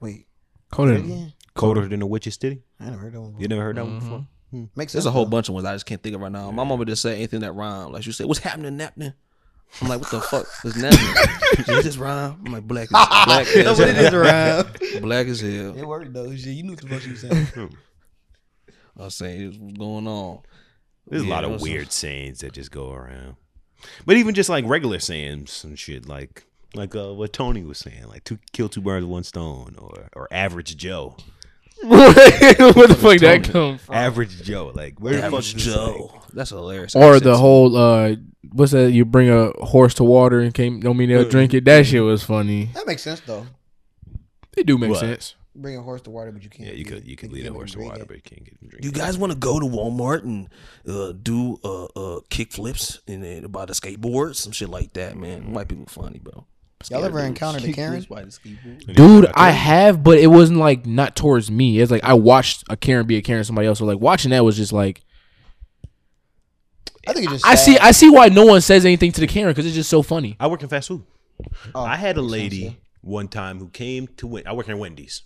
E: Wait,
A: Hold [LAUGHS] on.
E: again?
C: colder than a witch's titty.
E: I never heard that one.
C: You never heard that one before?
E: Makes sense.
B: There's a whole
E: though.
B: bunch of ones I just can't think of right now. My mama just say anything that rhyme. Like she said, "What's happening, happening?" I'm like, "What the fuck is happening?" Is this rhyme? I'm like, "Black is black
E: That's what it
B: as
C: [LAUGHS]
E: is around.
B: hell. Black as hell."
E: It worked though. Shit, you knew what the fuck you
C: [LAUGHS]
E: was saying.
B: I was saying, "It's what's going on."
C: There's
B: Yeah,
C: a lot of
B: that's-
C: weird sayings that just go around. But even just like regular sayings and shit, like like uh, what Tony was saying, like two kill two birds with one stone, or or average Joe,
A: what the fuck that come? from?
C: average Joe, like where the fuck
B: Average
C: is this, like-
B: Joe. That's hilarious.
A: Or the whole uh, what's that? You bring a horse to water and came don't mean
B: Uh,
A: they'll drink it. That shit was funny.
E: That makes sense though.
A: It do make
C: What?
A: sense.
E: Bring a horse to water, but you can't.
C: Yeah, you could you could lead a horse to water, but you can't get him to drink.
B: You
C: it.
B: guys want to go to Walmart and uh, do uh, uh, kick flips and then buy the skateboard, some shit like that, man. White people funny, bro.
E: Y'all ever encountered a Karen?
A: Dude, I have, but it wasn't like not towards me. It's like I watched a Karen be a Karen to somebody else. So like watching that was just like
E: I think it's just.
A: I
E: sad.
A: see I see why no one says anything to the Karen because it's just so funny.
C: I work in fast food.
E: Oh,
C: I had a lady
E: yeah.
C: one time who came to Wen- I work in Wendy's.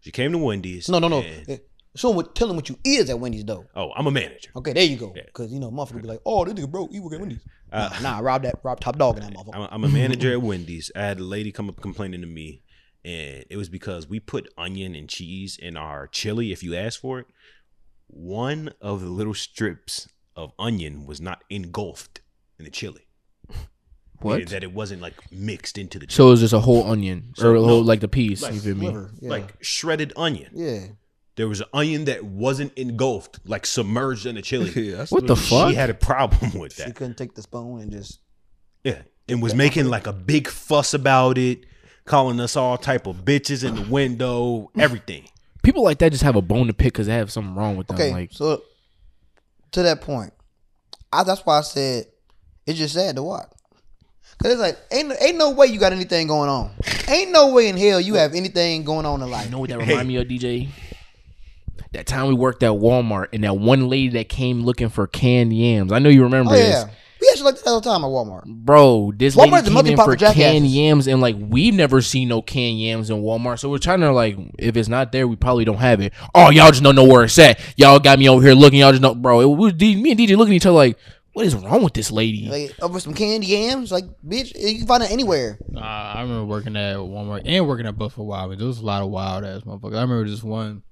C: She came to Wendy's.
E: No, no, no.
C: and-
E: Eh, Show him what, tell him what you is at Wendy's though.
C: oh, I'm a manager.
E: Okay, there you go. Because you know, motherfucker be like, "Oh, this nigga broke. He work at Wendy's." nah, nah, rob that, rob top dog in that motherfucker.
C: Uh, [LAUGHS] I'm a, I'm a manager at Wendy's. I had a lady come up complaining to me, and it was because we put onion and cheese in our chili if you ask for it. One of the little strips of onion was not engulfed in the chili.
A: What?
C: Meaning That it wasn't like mixed into the chili.
A: So it was just a whole onion or a
C: So,
A: whole
C: no.
A: like the piece.
C: Like,
A: you feel me?
E: Sliver, yeah.
C: Like shredded onion.
E: yeah.
C: There was an onion that wasn't engulfed, like submerged in
A: [LAUGHS]
C: the chili.
A: What the fuck?
C: She had a problem with
E: She
C: that.
E: couldn't take the spoon and just.
C: Yeah, and was making like a big fuss about it, calling us all type of bitches in the window, everything.
A: People like that just have a bone to pick because they have something wrong with them.
E: Okay,
A: Like
E: so to that point, I, that's why I said it's just sad to watch. Cause it's like ain't ain't no way you got anything going on. Ain't no way in hell you have anything going on in life.
A: You know what that remind me of, DJ? That time we worked at Walmart and that one lady that came looking for canned yams. I know you remember
E: Oh
A: this.
E: yeah, we had shit like that all the time at Walmart.
A: Bro, this
E: Walmart's a
A: lady came in
E: multi-pop
A: for
E: of jackasses.
A: canned yams, and like we've never seen no canned yams in Walmart. So we're trying to like, if it's not there, we probably don't have it. Oh, y'all just don't know where it's at. Y'all got me over here looking. Y'all just know, bro. It was D- me and DJ looking at each other like, what is wrong with this lady?
E: Like over some candy yams, like bitch, you can find it anywhere.
D: Nah, I remember working at Walmart and working at Buffalo Wild Wings. There was a lot of wild ass motherfuckers. I remember this one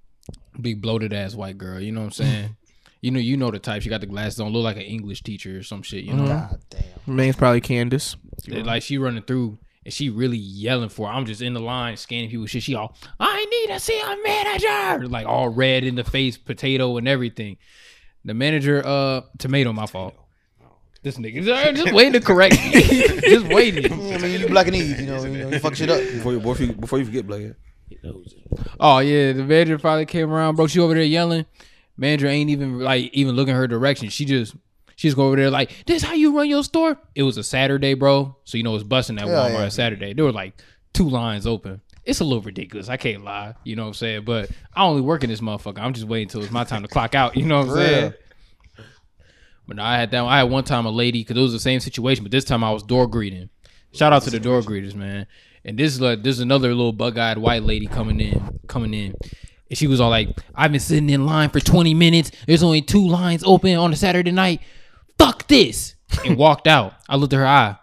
D: big bloated ass white girl. You know what I'm saying? you know, you know the type. She got the glasses on, look like an English teacher or some shit. You know,
E: God damn.
A: Her name's probably Candace.
D: They- like she running through and she really yelling for. It. I'm just in the line scanning people. Shit, she all I need to see a manager. Like all red in the face, potato and everything. The manager, uh, tomato, my fault. This nigga [LAUGHS] just waiting to correct me. [LAUGHS] just waiting.
E: [LAUGHS] Yeah, I mean, you black and Eve, you know, you, know, you fuck shit up.
B: Before you, before you, before you forget, Black.
D: Oh yeah, the manager finally came around, bro. She over there yelling. Manager ain't even like even looking her direction. She just she's going over there like, this how you run your store? It was a Saturday, bro. So you know it's busting at
E: Yeah,
D: Walmart
E: yeah.
D: on Saturday. There were like two lines open. It's a little ridiculous. I can't lie. You know what I'm saying? But I only work in this motherfucker. I'm just waiting till it's my time to clock out. You know what I'm saying? But no, I had that. I had one time a lady because it was the same situation, but this time I was door greeting. Shout out to the door greeters, man. And this is like there's another little bug-eyed white lady coming in, coming in. And she was all like, "I've been sitting in line for 20 minutes. There's only two lines open on a Saturday night. Fuck this!" And walked out. I looked at her eye.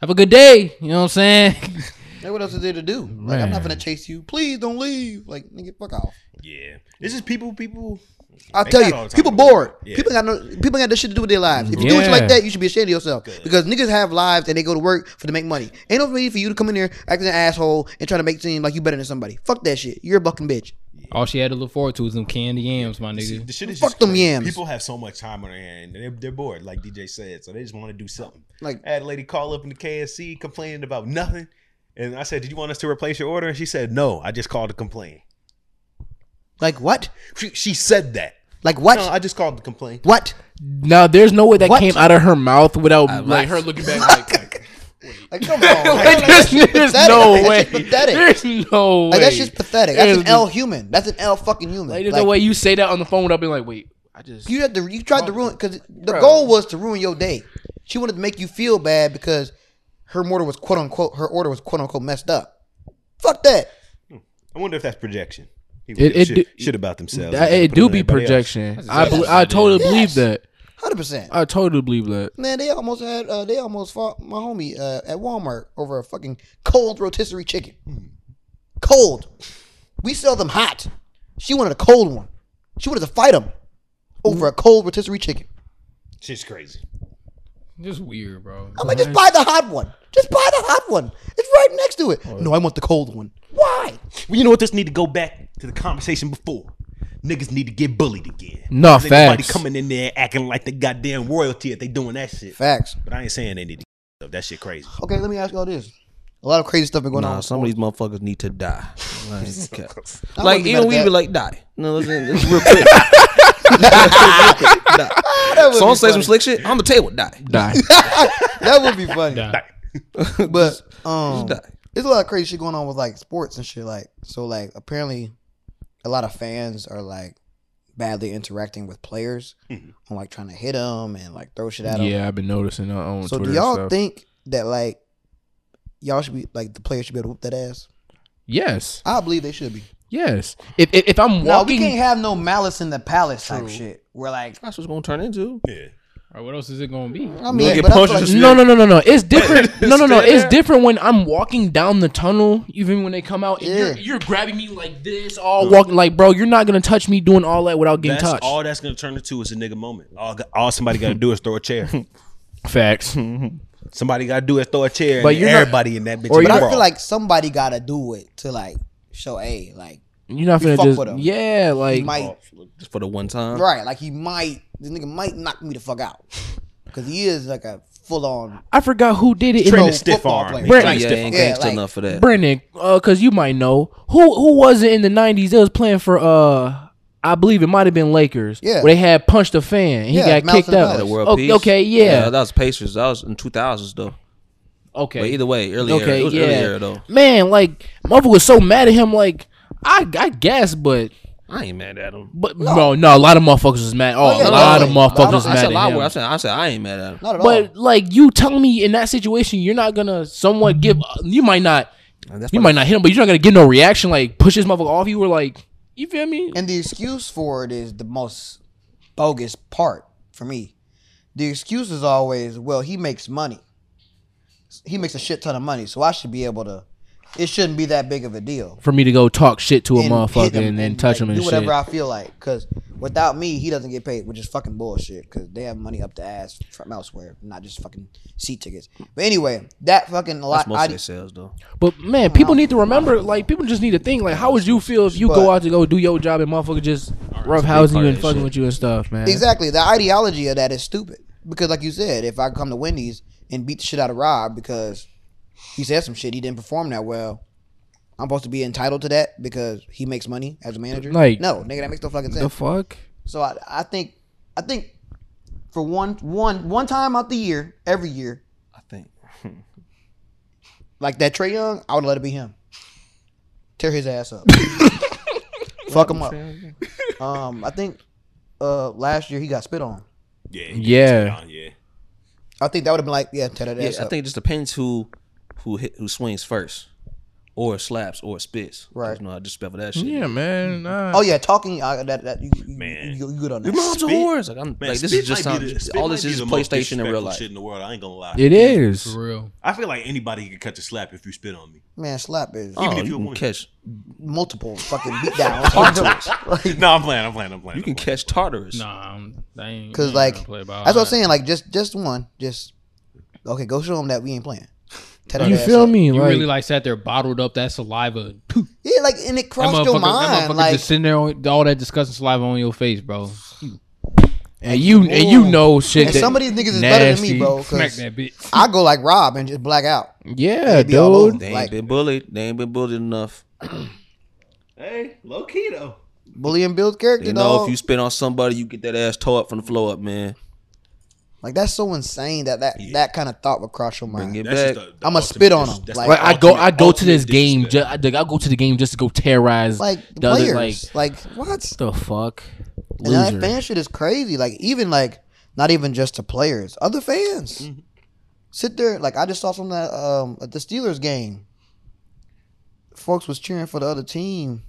D: Have a good day. You know what I'm saying? [LAUGHS]
E: Like, what else is there to do? Like, I'm not
D: Man.
E: gonna chase you. Please don't leave. Like, nigga, fuck off.
C: Yeah, this is people. People.
E: I'll
C: They
E: tell
C: got all
E: you,
C: the time
E: people
C: to do it.
E: bored.
C: Yeah.
E: People got no, people got no shit to do with their lives. If you do it like
D: Yeah.
E: that, you should be ashamed of yourself because niggas have lives and they go to work for to make money. Ain't no need for you to come in there acting an asshole and trying to make it seem like you better than somebody. Fuck that shit. You're a fucking bitch.
D: All she had to look forward to was them candy yams, my
C: See,
D: nigga.
C: the shit is
E: Fuck
C: just
E: them
C: crazy.
E: yams.
C: People have so much time on their hand. They're, they're bored, like DJ said, so they just want to do something.
E: Like-
C: I had a lady call up in the KFC complaining about nothing, and I said, "Did you want us to replace your order?" And she said, "No, I just called to complain."
E: Like what?
C: She, she said that.
E: Like what?
C: No, I just called to complain.
E: what?
A: Now, there's no way that
E: What?
A: came out of her mouth without like her looking
E: [LAUGHS]
A: back like.
E: Like
C: [LAUGHS]
E: come on.
A: Like,
E: Like,
A: there's, [LAUGHS] there's
E: pathetic.
A: no
E: That
A: way.
E: shit's pathetic.
A: There's no way.
E: Like that's just pathetic. That's an
A: There's-
E: L human. That's an L fucking human.
A: Like, there's
E: Like,
A: no way you say that on the phone without being like, wait, I just.
E: You had to. You tried to ruin because the
A: Bro.
E: goal was to ruin your day. She wanted to make you feel bad because her order was quote unquote her order was quote unquote messed up. Fuck that.
C: I wonder if that's projection. People
A: It-
C: give
A: it
C: shit,
A: do-
C: shit about themselves.
A: That,
C: and
A: it
C: put on
A: do be
C: everybody else.
A: projection. I
D: exactly
A: bel
D: what I
A: I
D: did.
A: totally believe
E: Yes.
A: that.
E: Hundred percent.
A: I totally believe
C: [LAUGHS]
A: that.
E: Man, they almost had. Uh, they almost fought my homie uh, at Walmart over a fucking cold rotisserie chicken.
B: Hmm.
E: Cold. We sell them hot. She wanted a cold one. She wanted to fight him over a cold rotisserie chicken.
C: Shit's crazy.
D: Just weird, bro.
E: I'm like, just buy the hot one. Just buy the hot one. It's right next to
B: Oh,
E: it. No, I want the cold one. Why?
C: Well, you know what? This need to go back to the conversation before. Niggas need to get bullied again.
A: No,
C: Cause ain't nobody
A: facts.
C: coming in there acting like they goddamn royalty if they doing that shit.
E: Facts.
C: But I ain't saying they need to get up. That shit crazy.
E: Okay, let me ask y'all this. A lot of crazy stuff been going
B: Nah,
E: on.
B: some of these motherfuckers need to die.
E: [LAUGHS]
B: Like,
E: I
B: like
E: wouldn't be mad
B: even
E: at
B: we
E: that.
B: be like, die. No, let's, let's
E: [LAUGHS]
B: real quick.
E: that would
B: Someone
E: be
B: say some
E: funny.
B: slick shit. I'm the table, die.
A: Die.
E: that
B: [LAUGHS]
E: would be funny.
D: Nah.
E: But um,
B: Just die.
E: there's a lot of crazy shit going on with like sports and shit. Like so, like apparently, a lot of fans are like badly interacting with players and like trying to hit them and like throw shit at them.
A: yeah, I've been noticing on, on
E: So
A: Twitter.
E: do y'all
A: and stuff.
E: think that like y'all should be like the players should be able to whoop that ass?
A: Yes,
E: I believe they should be.
A: yes. If if, if I'm
E: No, we
A: walking,
E: can't have no malice in the palace type shit. We're like,
B: That's what's gonna turn into.
C: Yeah.
D: Or what else is it gonna be?
E: I mean,
B: get
E: but I feel
B: punched
E: like
B: in the
A: no, no, no, no, no. It's
E: [LAUGHS]
A: different. No, no, no.
B: Straight
A: It's
B: up.
A: different when I'm walking down the tunnel. Even when they come out, and you're,
E: Yeah.
A: you're grabbing me like this, all walking like, bro. You're not gonna touch me doing all that without getting
C: That's
A: touched.
C: all that's gonna turn into is a nigga moment. All, all somebody gotta do is throw
A: [LAUGHS]
C: a chair. [LAUGHS]
A: Facts.
C: somebody gotta do is throw a chair.
A: But
C: and
A: you're not-
C: everybody in that bitch.
A: or
C: is
E: But I
C: wrong.
E: feel like somebody gotta do it to like show a like
A: You're not
E: We
A: gonna
E: fuck
A: just
E: with 'em.
A: yeah, like
E: he might
B: Just for the one time.
E: right like he might this nigga might knock me the fuck out [LAUGHS] because he is like a full on
A: I forgot who did it. It
C: Train
E: no
C: to stiff
E: football
C: arm.
E: player.
C: He
A: Brett-
C: tried
B: Yeah,
C: to
B: yeah,
C: stiff
B: ain't
E: Yeah,
B: gangster
E: like-
B: enough for that.
A: Brennan, uh, cause you might know who who was it in the '90s that was playing for uh. I believe it might have been Lakers.
E: Yeah.
A: Where they had punched a fan. He
E: Yeah,
A: got kicked
E: Malcolm
A: out.
E: Butler.
B: World
A: O-
B: Peace.
A: okay, yeah.
B: That was Pacers. That was in 2000s though.
A: okay.
B: But either way, earlier.
A: okay,
B: it was
A: yeah.
B: earlier though.
A: Man, like mother was so mad at him. Like I, I guess, but
B: I ain't mad at him.
A: But no, no, a lot of motherfuckers is mad. Oh,
E: yeah,
A: a lot
E: no,
A: of
E: no,
B: I,
A: motherfuckers
B: don't-
A: is
B: I said
A: mad
B: a lot
A: at
B: worse. I
A: him.
B: said I said I ain't mad at him.
E: Not at all.
A: But like you telling me in that situation, you're not gonna somewhat give. You might not.
B: That's
A: You might not hit him, but you're not gonna get no reaction. Like push this motherfucker off you or like you feel me?
E: And the excuse for it is the most bogus part for me. The excuse is always, well, he makes money. He makes a shit ton of money, so I should be able to. It shouldn't be that big of a deal.
A: For me to go talk shit to a
E: And hit
A: motherfucker
E: him
A: and then touch
E: like,
A: him and
E: do whatever
A: shit.
E: I feel like. Because without me, he doesn't get paid, which is fucking bullshit. Because they have money up the ass from elsewhere, not just fucking seat tickets. But anyway, that fucking a lot.
B: That's most
E: I-
B: of their sales though.
A: But man, people need to remember. Like people just need to think. Like how would you feel if you go
E: But-
A: out to go do your job and motherfucker just rough housing you and fucking with you and stuff, man?
E: Exactly. The ideology of that is stupid. Because, like you said, if I come to Wendy's and beat the shit out of Rob because he said some shit, he didn't perform that well, I'm supposed to be entitled to that because he makes money as a manager.
A: Like-
E: no, nigga, that makes no fucking sense.
A: The fuck?
E: so I, I think, I think, for one, one, one time out the year, every year,
B: I think. [LAUGHS]
E: like that Trey Young, I would let it be him. Tear his
B: [LAUGHS]
E: ass up. Fuck him up. Um, I think uh last year he got spit on.
C: Yeah.
A: Yeah.
C: Yeah.
E: I think that would have been like, yeah, tear that
B: Yeah,
E: ass
B: I
E: up.
B: think it just depends who who hit who swings first, or slaps or spits.
E: Right.
B: There's no disrespect for that shit.
A: Yeah, man. Nah.
E: Oh yeah, talking. Uh, that that you, you,
C: Man.
E: you, you good on
B: Your
E: that?
B: mom's a
C: Spit?
B: whore. Like, I'm, like this is just something. all this is PlayStation in real life.
C: Shit in the world. I ain't gonna lie.
A: It is.
D: For real.
C: I feel like anybody can catch a slap if you spit on me.
E: Man, slap is
B: Oh, you
C: if you're a
B: can
C: woman.
B: catch.
E: multiple fucking beat
B: [LAUGHS]
E: downs.
C: no, I'm playing. I'm playing. I'm playing.
B: You can catch Tartarus.
D: Nah, I'm, that ain't.
E: Cause
D: ain't
E: like
D: gonna play
E: that's
D: ball.
E: what I'm saying. Like just just one, just okay. Go show them that we ain't playing. Tell
A: You
E: that ass
A: feel
E: up.
A: me?
D: You
A: Like,
D: really like sat there bottled up that saliva. Poof.
E: Yeah, like and it
D: That
E: crossed your
D: motherfucker, that
E: mind.
D: motherfucker
E: Like
D: just sitting there, on, all that disgusting saliva on your face, bro.
A: and you and you know shit.
E: and
A: that
E: some of these niggas is better than
A: nasty-
E: me, bro.
D: Smack
E: Cause
D: that bitch.
E: I go like Rob and just black out.
A: Yeah,
E: They be all
A: dude.
E: over.
B: They ain't
E: Like-
B: been bullied. They ain't been bullied enough.
C: Hey, low key though.
E: Bully and build character,
B: They know
E: dog.
B: if you spit on somebody, you get that ass tore up from the floor up, man.
E: like that's so insane that that that kind of thought would cross your mind.
B: Bring it
C: That's just
B: back.
C: the,
E: I'ma spit on 'em.
C: Like,
E: Like,
A: Like I go, I go to this game. Just, I, like, I go to the game just to go terrorize.
E: Like
A: the other, like
E: players, like what?
A: the fuck,
E: And that
A: loser.
E: fan shit is crazy. Like even like not even just to players, other fans
B: Mm-hmm.
E: sit there. Like I just saw from that um at the Steelers game, folks was cheering for the other team,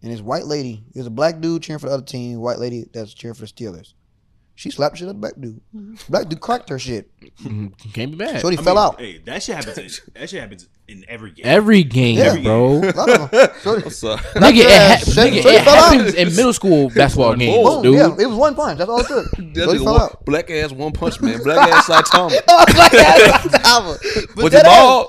E: and this white lady, it was a black dude cheering for the other team, white lady that's cheering for the Steelers. She slapped shit at the black dude.
B: Mm-hmm.
E: Black dude cracked her shit.
A: Can't be mad.
E: Shorty fell out.
C: Hey, that shit happens. in- that shit happens in every game.
A: Every game,
E: Yeah. [LAUGHS]
A: bro.
E: A lot of them. Shorty-
B: I'm sorry.
A: Nigga, it,
E: Yeah,
A: ha-
E: shit,
A: nigga,
E: so he
A: it
E: fell out.
A: happens in middle school basketball games,
E: Boom.
A: dude.
E: Yeah, it was one punch. That's all it took.
B: [LAUGHS] That
E: Shorty
B: nigga
E: fell
B: one-
E: out. [LAUGHS]
B: black ass one punch man.
A: [LAUGHS]
B: Black ass Saitama.
E: Black ass Saitama. But
B: Was it
E: that ass-
B: bald?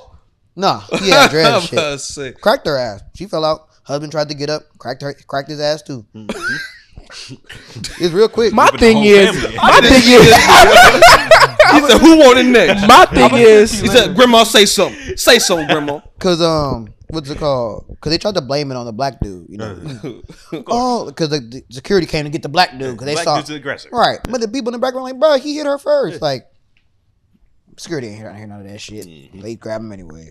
E: Nah,
B: [LAUGHS]
E: he had dread shit.
B: I was
A: [LAUGHS]
B: sick.
E: cracked her ass. She fell out. Husband tried to get up, cracked her, cracked his ass too.
B: Mm-hmm.
E: [LAUGHS] it's real quick.
A: My
C: the
A: thing
C: whole
A: is,
C: family.
A: my thing is,
B: He said, "Who wanted
A: [LAUGHS]
B: next?"
A: my thing
B: He
A: is,
B: said, "Grandma, say something. Say
A: [LAUGHS]
B: something, Grandma."
E: Cause um, what's it called? Cause they tried to blame it on the black dude. You know,
B: Uh.
C: [LAUGHS]
E: [LAUGHS] oh, cause the, the security came to get the black dude. Cause they
C: Black
E: saw
C: dude's the aggressor.
E: right. But the people in the background like, bro, he hit her first. Like, security ain't here, hear none of that shit.
B: Mm-hmm.
E: They grab him anyway.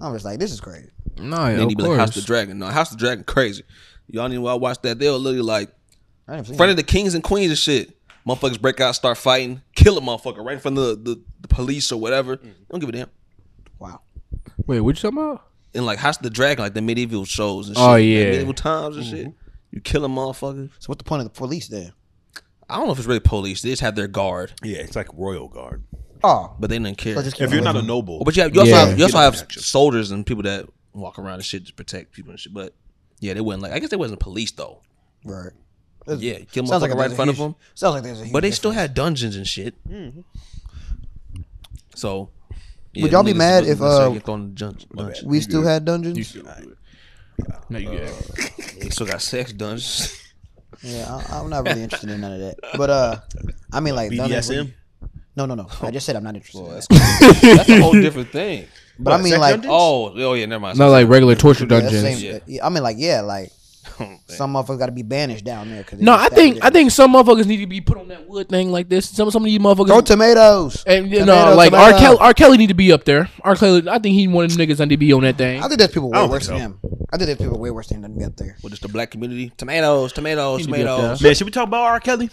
E: I'm just like, this is crazy.
A: no,
B: Then
A: of
B: he be like, "House the
A: course.
B: Dragon." No, House the Dragon, crazy. Y'all need to watch that. They'll literally like
E: I didn't see
B: front
E: that.
B: of the kings and queens and shit. Motherfuckers break out, start fighting, kill a motherfucker right in front of the, the, the police or whatever.
A: Mm.
B: Don't give a damn.
E: Wow.
A: Wait, what you talking about?
B: And like House of the Dragon, like the medieval shows and shit.
A: Oh,
B: like,
A: yeah. Mm-hmm.
B: medieval times and shit. You kill a motherfucker.
E: So what's the point of the police then?
B: I don't know if it's really police. They just have their guard,
C: Yeah, it's like royal guard.
E: Oh,
B: but they didn't care.
E: so just keep
C: If you're
E: it
C: not a
E: moving.
C: noble,
B: but you, have, you also
A: Yeah.
B: have, you also
C: Yeah.
B: have soldiers and people that walk around and shit to protect people and shit. But yeah, they wasn't like I guess they wasn't police though.
E: right.
B: Yeah, kill a
E: Sounds like
B: motherfucker right
E: there's a
B: in front of
E: huge-
B: them.
E: Sounds like there's a huge
B: But they
E: difference.
B: still had dungeons and shit. So yeah,
E: Mm-hmm. Would y'all be
B: niggas
E: mad
B: wasn't
E: if,
B: necessarily
E: uh,
B: get thrown in the dun- dungeon?
E: we still had dungeons.
A: No, you good.
B: They still got sex dungeons. [LAUGHS]
E: Yeah, I, I'm not really interested in none of that. But uh, I mean like none of that-
C: BDSM.
E: No, no, no. I just said I'm not interested. in that.
B: That's a whole different thing.
E: But I mean like
B: Oh, oh yeah, never mind.
A: Not like regular torture
E: yeah, that's
A: dungeons.
E: same- yeah, I mean like yeah, like Some motherfuckers got to be banished down there. Cause they
A: No,
E: just
A: I
E: stabbed
A: think
E: it.
A: I think some motherfuckers need to be put on that wood thing like this. Some some of these motherfuckers
E: throw tomatoes.
A: And you know,
E: Tomato,
A: like R.
E: tomato.
A: Kelly, R. Kelly need to be up there. R. Kelly, I think he one of the niggas that need to be on that thing.
E: I think there's people
C: I
E: way
C: don't
E: worse
C: think
E: than him. I think there's people way worse than him that up there.
B: What is the black community? Tomatoes, tomatoes,
A: Need to be up
B: tomatoes.
C: Man, should we talk about R. Kelly?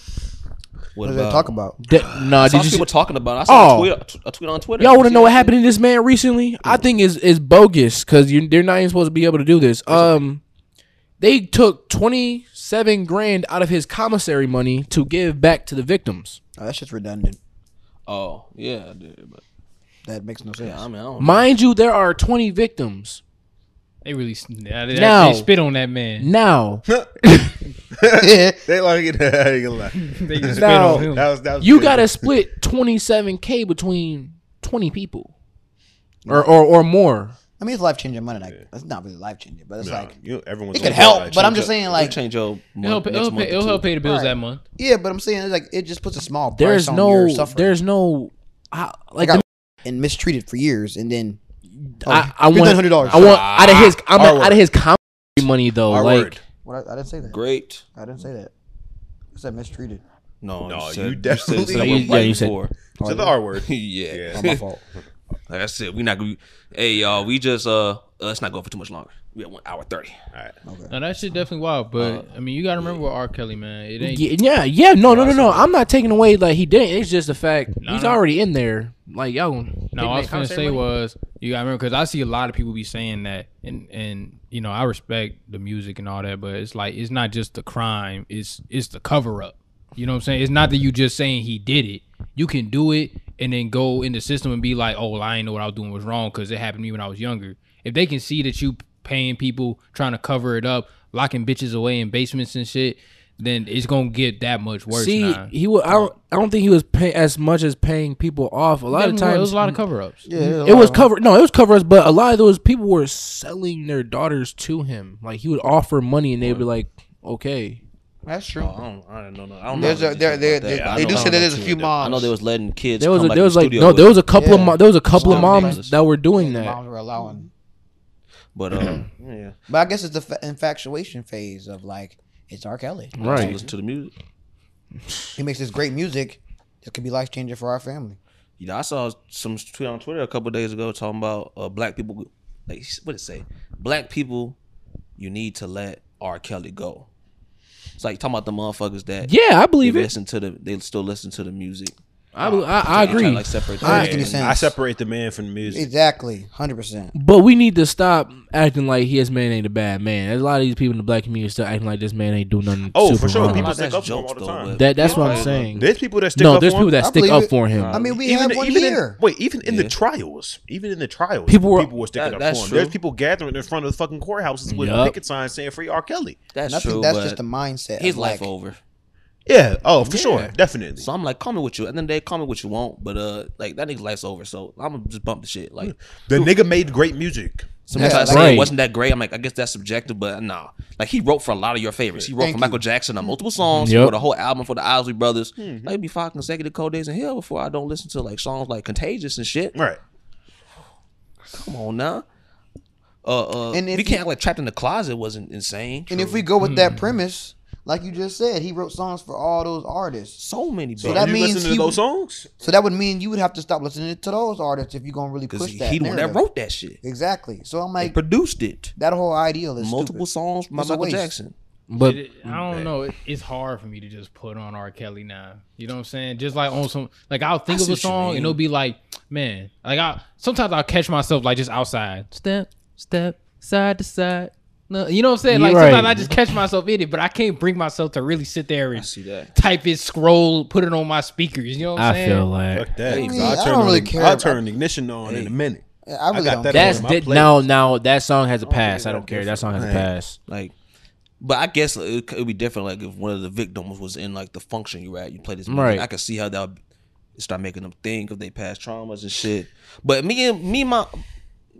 E: What do they talk about?
A: That- nah,
B: I saw
A: did you?
B: people
A: see-
B: talking about. It. I saw
A: Oh.
B: a, tweet, a tweet on Twitter.
A: Y'all want to
B: You
A: know
B: see
A: what
B: that
A: happened to this man recently? I think is is bogus because you they're not even supposed to be able to do this. Um, they took twenty seven grand out of his commissary money to give back to the victims.
E: Oh, that shit's redundant.
B: shit? Oh yeah, I did, but
E: That makes no sense.
B: I mean, I don't.
A: Mind you, there are twenty victims
D: They really s- nah, they,
A: Now-
D: they spit on that man.
A: now.
C: they like it. [LAUGHS]
D: [LAUGHS]
C: that
E: [LAUGHS]
D: They just spit
A: Now-
D: on him.
C: was that was
A: You
C: good.
A: gotta split twenty seven k between twenty people, or or or more.
E: I mean, it's life changing money. Like, it's not really life changing, but it's
C: Nah,
E: like
C: you, everyone's
E: it
C: on
E: could
C: board,
E: help.
C: like,
E: But I'm
C: change
E: just
C: up.
E: saying,
B: Like,
E: like,
B: change your month,
D: It'll, pay,
B: next
D: it'll,
B: month or
D: pay, it'll
B: two.
D: help pay the bills
E: Right.
D: that month.
E: yeah. But I'm saying, it's like, it just puts a small price
A: There's
E: on
A: no,
E: your suffering.
A: there's no, I, like
E: got
A: the-
E: and mistreated for years, and then Oh,
A: I, I
E: here's
A: want
E: $100.
A: I want out of his,
E: Ah,
A: I'm
C: Our
A: out of his comedy money though.
C: R
A: like,
C: word.
E: What I, I didn't say that.
B: Great.
E: I didn't say that. I
B: [LAUGHS]
E: said mistreated.
B: No,
C: No,
B: said-
C: you
B: You
C: definitely-
B: said,
A: Yeah,
B: you
A: you-
B: said, yeah,
A: yeah, you said-
C: To the R word.
B: yeah.
C: Yeah.
E: Oh, My fault.
B: Like I said, we not gonna. Hey y'all, we just uh, uh, let's not go for too much longer. We at one hour thirty.
C: All right.
D: Now that shit definitely wild, but
B: Uh,
D: I mean you gotta remember what R. Kelly man. It ain't
A: yeah, yeah, yeah, no, no, no, no. I'm not taking away like he didn't. It's just the fact
D: No,
A: he's
D: no.
A: already in there. Like, yo,
D: No, I was gonna say was you gotta remember because I see a lot of people be saying that, and and you know I respect the music and all that, but it's like it's not just the crime, it's it's the cover up. You know what I'm saying? It's not that you just saying he did it. You can do it and then go in the system and be like, oh, well, I ain't know what I was doing was wrong because it happened to me when I was younger. If they can see that you paying people trying to cover it up, locking bitches away in basements and shit, then it's gonna get that much worse.
A: See,
D: nah.
A: he was. I don't, I don't think he was pay, as much as paying people off. A lot of
D: Definitely, it
A: times,
D: was a lot of cover ups.
E: Yeah,
A: it was cover. No, it was cover ups. But a lot of those people were selling their daughters to him. Like he would offer money, and they'd be like, "Okay,
E: That's true.
B: Oh, I don't, I don't know. I don't
E: There's
B: know.
E: a- there- there- there-
B: I
E: they
B: know-
E: do
B: I
E: say
B: don't
E: that
B: know
E: there's a
B: too
E: few
B: much. I know
E: moms.
B: there was letting kids.
A: there was
B: come,
A: a,
B: like,
A: there
B: in
A: was
B: the
A: like
B: studio
A: no,
B: with
A: there was a couple of
E: Yeah.
A: mo- there was a couple of
B: Still
A: moms
B: niggas.
A: that were doing that.
E: Moms were allowing.
A: [CLEARS THROAT]
B: But uh, yeah,
E: But I guess it's the fa- infatuation phase of like it's
B: [LAUGHS]
E: R. Kelly.
B: right.
A: Right.
B: listen to the music.
E: He makes this great music. This could be life changing for
B: [LAUGHS]
E: our family.
B: You know, I saw some tweet on Twitter a couple days ago talking about uh, black people. Like, what it say? Black people, you need to let R. Kelly go. It's like talking about the motherfuckers that
A: Yeah, I
B: they
A: believe it.
B: listen to the. They still listen to the music.
A: I, be- I, I
B: They try to,
A: agree.
B: like separate.
E: Doesn't make
B: the-
E: any sense.
C: I separate the man from the music.
E: Exactly, hundred percent.
B: Uh,
A: But we need to stop acting like his man ain't a bad man. There's a lot of these people in the black community still acting like this man ain't do nothing.
C: Oh,
A: super
C: for sure.
A: wrong.
C: People
B: Well,
C: stick
B: that's
C: up for him all
B: jokes,
C: the
B: though,
C: time.
B: but-
A: That that's what
B: Yeah.
A: I'm saying.
C: There's people that stick
A: No,
C: up
A: there's
C: for him.
A: people that
E: I
A: stick
E: believe
A: up
E: it.
A: for him.
E: I mean, we have one
C: even
E: here.
C: In, wait, even in
B: Yeah.
C: the trials, even in the trials,
A: People were-
B: That-
C: sticking up
B: that's
C: for him.
B: true.
C: There's people gathering in front of the fucking courthouses with
A: Yup.
C: picket signs saying "Free R. Kelly."
B: That's
E: and I think
B: true.
E: that's
B: but
E: just the mindset.
B: his
E: of like,
B: life over.
C: Yeah. Oh, for sure, definitely.
B: So I'm like, call me what you, and then they call me what you want. But uh, like that nigga's life's over. So I'm gonna just bump the shit. Like
C: the nigga made great music.
B: sometimes
E: Yeah,
B: I say
A: right.
B: it wasn't that great. I'm like, I guess that's subjective, but nah. Like he wrote for a lot of your favorites. He wrote
E: Thank
B: for
E: you.
B: Michael Jackson on
A: Mm-hmm.
B: multiple songs. He
A: Yep.
B: wrote a whole album for the Isley Brothers.
E: Hmm.
B: Like it'd be five consecutive cold days in hell before I don't listen to like songs like Contagious and shit.
C: Right.
B: Come on now. Uh, uh,
E: And if
B: we
E: you-
B: can't like trapped in the closet wasn't insane.
E: And if we go with
B: Hmm.
E: that premise, like you just said, he wrote songs for all those artists.
B: so many,
C: So
B: so
E: that
C: you
E: means
C: listen to
E: he-
C: those songs.
E: So that would mean you would have to stop listening to those artists if you're gonna really
B: because
E: push that.
B: he the one that
E: narrative.
B: wrote that shit,
E: Exactly. So I'm
B: and
E: like,
B: produced it.
E: that whole ideal is
B: Multiple
E: stupid.
B: songs by
E: It's a
B: Michael
E: waste.
B: Jackson.
A: But
D: It- I don't know. It, it's hard for me to just put on R. Kelly now. You know what I'm saying? Just like on some, like I'll think
B: I
D: of
B: see
D: a
B: what you
D: song
B: mean.
D: and it'll be like, man, like I sometimes I'll catch myself like just outside, step, step, side to side. No, you know what I'm saying? Like
A: You're right.
D: sometimes I just catch myself in it, but I can't bring myself to really sit there and
B: See that.
D: type it, scroll, put it on my speakers. You know what I'm
A: I
D: saying?
A: feel like
C: Fuck that.
B: Hey,
C: 'cause
E: man, I
C: I'll turn
E: don't
C: on
E: really
C: the-
E: care
C: I'll
E: about-
C: turn ignition on in a minute.
E: I really
C: got
E: don't.
C: that
E: care.
A: that's
C: my
A: di-
C: playlist.
A: now now that song has a pass. I
C: that
A: don't care. That song has a
B: different.
A: pass.
B: Like, but I guess it could be different. Like if one of the victims was in like the function you were at, you played this music.
A: Right.
B: I could see how that would start making them think of their past traumas and shit. But me and me and my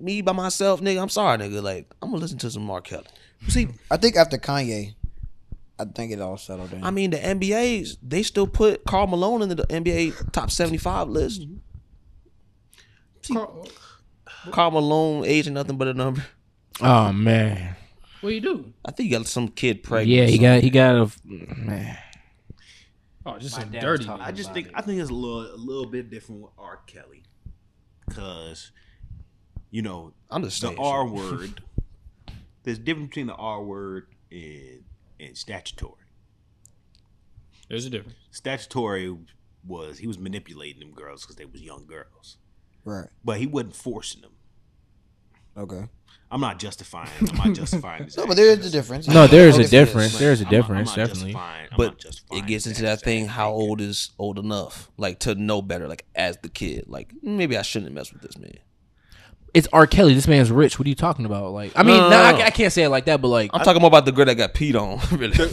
B: me by myself, nigga. I'm sorry, nigga. Like I'm gonna listen to some Mark Kelly.
E: See, I think after Kanye, I think it all settled in.
B: I mean, the NBA's they still put Carl Malone in the NBA top 75 list. Carl Malone, age and nothing but a number.
A: Oh man.
D: What do you do?
B: I think you got some kid pregnant.
A: Yeah,
B: or
A: he
B: something.
A: got he got a man.
D: Oh, just
F: My
D: some
F: dad was
D: dirty.
F: talking
D: nigga.
C: I just think I think it's a little a little bit different with R. Kelly, because you know
B: I'm just
C: the
B: saying
C: R
B: shit.
C: word. [LAUGHS] There's a difference between the R word and and statutory.
D: There's a difference.
C: Statutory was he was manipulating them girls because they was young girls,
E: Right.
C: but he wasn't forcing them.
E: Okay.
C: I'm not justifying. I'm not justifying this.
E: [LAUGHS] No, but there is a difference.
A: No, there is a
B: Obviously, yes.
A: difference. There is a
C: I'm not- I'm
A: difference,
C: not
A: definitely.
C: justifying- I'm
B: But
C: not justifying
B: it gets into that thing how old is old enough like to know better like as the kid like maybe i shouldn't mess with this man
A: It's R. Kelly. This man's rich. What are you talking about? Like, I mean,
B: no,
A: nah,
B: no.
A: I, I can't say it like that, but like,
B: i'm talking more about the girl that got peed on [LAUGHS]
C: [LAUGHS]
B: really
C: Girl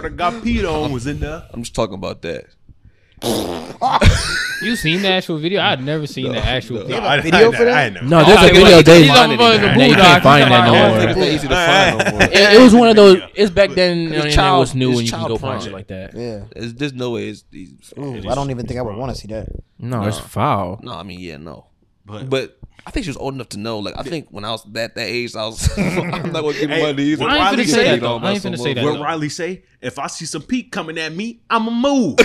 C: that got peed on was in there.
B: i'm just talking about that
D: You seen the actual video? I'd never seen the actual.
C: No,
D: video.
C: I,
E: video
C: I,
E: for that?
C: I, know.
A: no, there's
D: Oh,
A: a
D: yeah,
A: video.
D: like,
A: They,
D: these motherfuckers
A: nah,
D: are
A: you can't
D: bulldogs.
A: find that
D: Come
A: no
D: on.
A: more.
B: Niggas, they easy to find
E: [LAUGHS]
B: no more.
A: It, it was one of those. It's back then.
B: It's
A: It's
B: child-
A: was new
B: it's
A: when you can
B: child
A: go find shit
B: porn.
A: like that.
E: Yeah.
B: There's, there's no way it's easy to find.
E: Ooh, I don't even think I would want to see that.
A: No, it's foul.
B: no i mean yeah no
C: But,
B: but I think she was old enough to know. Like I think when I was that that age, I was [LAUGHS] I'm not gonna get
C: Hey,
B: money either.
C: I ain't
B: Riley
C: finna say
B: said
C: that,
B: you don't
D: though. I
B: mess
D: ain't finna
B: with
D: say
B: women.
D: that,
C: what
D: though.
C: Riley say? If I see some peak coming at me, I'ma move.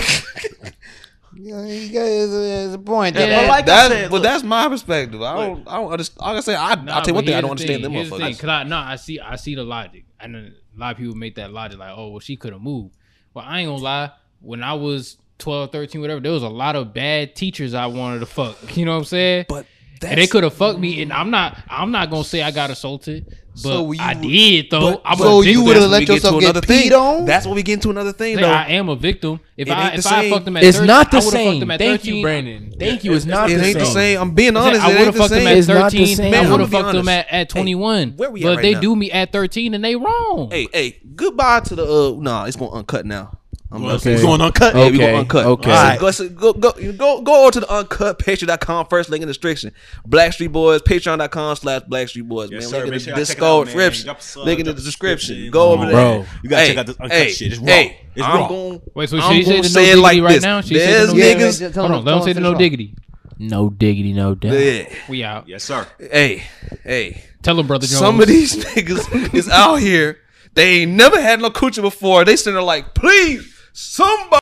E: Yeah, you got there's a point.
D: Yeah.
E: there.
C: But like I
B: That's,
C: said,
B: but
C: look,
B: that's my perspective. I don't, I don't understand. Like I say, I, I'll tell you one
D: but
B: thing. I
D: here's
B: don't
D: the
B: understand them
D: here's the
B: motherfuckers.
D: Cause I no, I see, I see the logic, and then a lot of people make that logic like, oh, well, she could have moved. Well, I ain't gonna lie. When I was 12, 13, whatever, there was a lot of bad teachers I wanted to fuck. [LAUGHS] You know what I'm saying?
B: But
D: and they could have fucked me, and I'm not. I'm not gonna say I got assaulted, but
E: So you-
D: I did though. I'm
E: so
D: a victim.
E: you would've
B: That's
E: let
B: when we to
E: yourself get
B: another thing.
E: peed on?
B: That's when we get into another thing,
D: Like, I
B: though.
D: am a victim. If
B: It
D: I
B: ain't the
D: if I
B: same.
D: fucked them at
A: It's
D: 13,
A: not the
D: I would've fucked
A: same.
D: them at
A: Thank
D: 13.
A: you, Brandon. Thank you. It's not
B: It
A: the
B: ain't the
A: same.
B: same. I'm being
D: I said,
B: honest.
D: I
B: It
D: would have
B: ain't the
D: fucked them
B: same.
D: at
A: It's not the
D: 13.
A: same.
D: I
A: Man,
D: would have
B: I'ma be
D: fucked them
B: honest.
D: at, at 21.
B: where we at
D: but
B: right
D: they
B: now?
D: do me at 13 and they wrong.
B: Hey, hey, goodbye to the. Uh, nah, it's gonna uncut now. I'm
C: Well,
B: okay.
C: it's going uncut.
B: Yeah, we
A: Okay,
B: gonna uncut.
A: okay.
B: So
A: Alright.
B: go, so go, go, you go, go over to the uncutpatreon.com first link in the description. Blackstreet Boys, patreon.com slash Blackstreet Boys.
C: Yes,
B: man,
C: sir.
B: link in the
C: Make sure y'all check it out, man.
B: descripption.
C: Drop a sub,
B: link in the
C: drop a
B: description.
C: description.
B: Go
A: Come
B: over
A: on,
B: there.
A: bro.
C: You gotta check out this uncut shit. It's raw. It's
B: I'm
C: raw.
B: Gonna,
D: Wait, so
B: I'm
D: she said
B: gonna
D: the
B: say
D: no
B: it like
D: diggity right
B: this.
D: now? She said
B: There's
D: the no diggity?
B: niggas.
E: Tell
D: Hold
E: him-
D: on, let
E: tell
D: him say
E: him
D: the no
E: finish off.
D: diggity.
A: No diggity, no doubt.
B: Yeah.
D: We out.
C: Yes, sir.
B: Hey, hey.
D: Tell him, brother Jones.
B: Some of these [LAUGHS] niggas is out here. They ain't never had no coochie before. They sitting there like, please, somebody.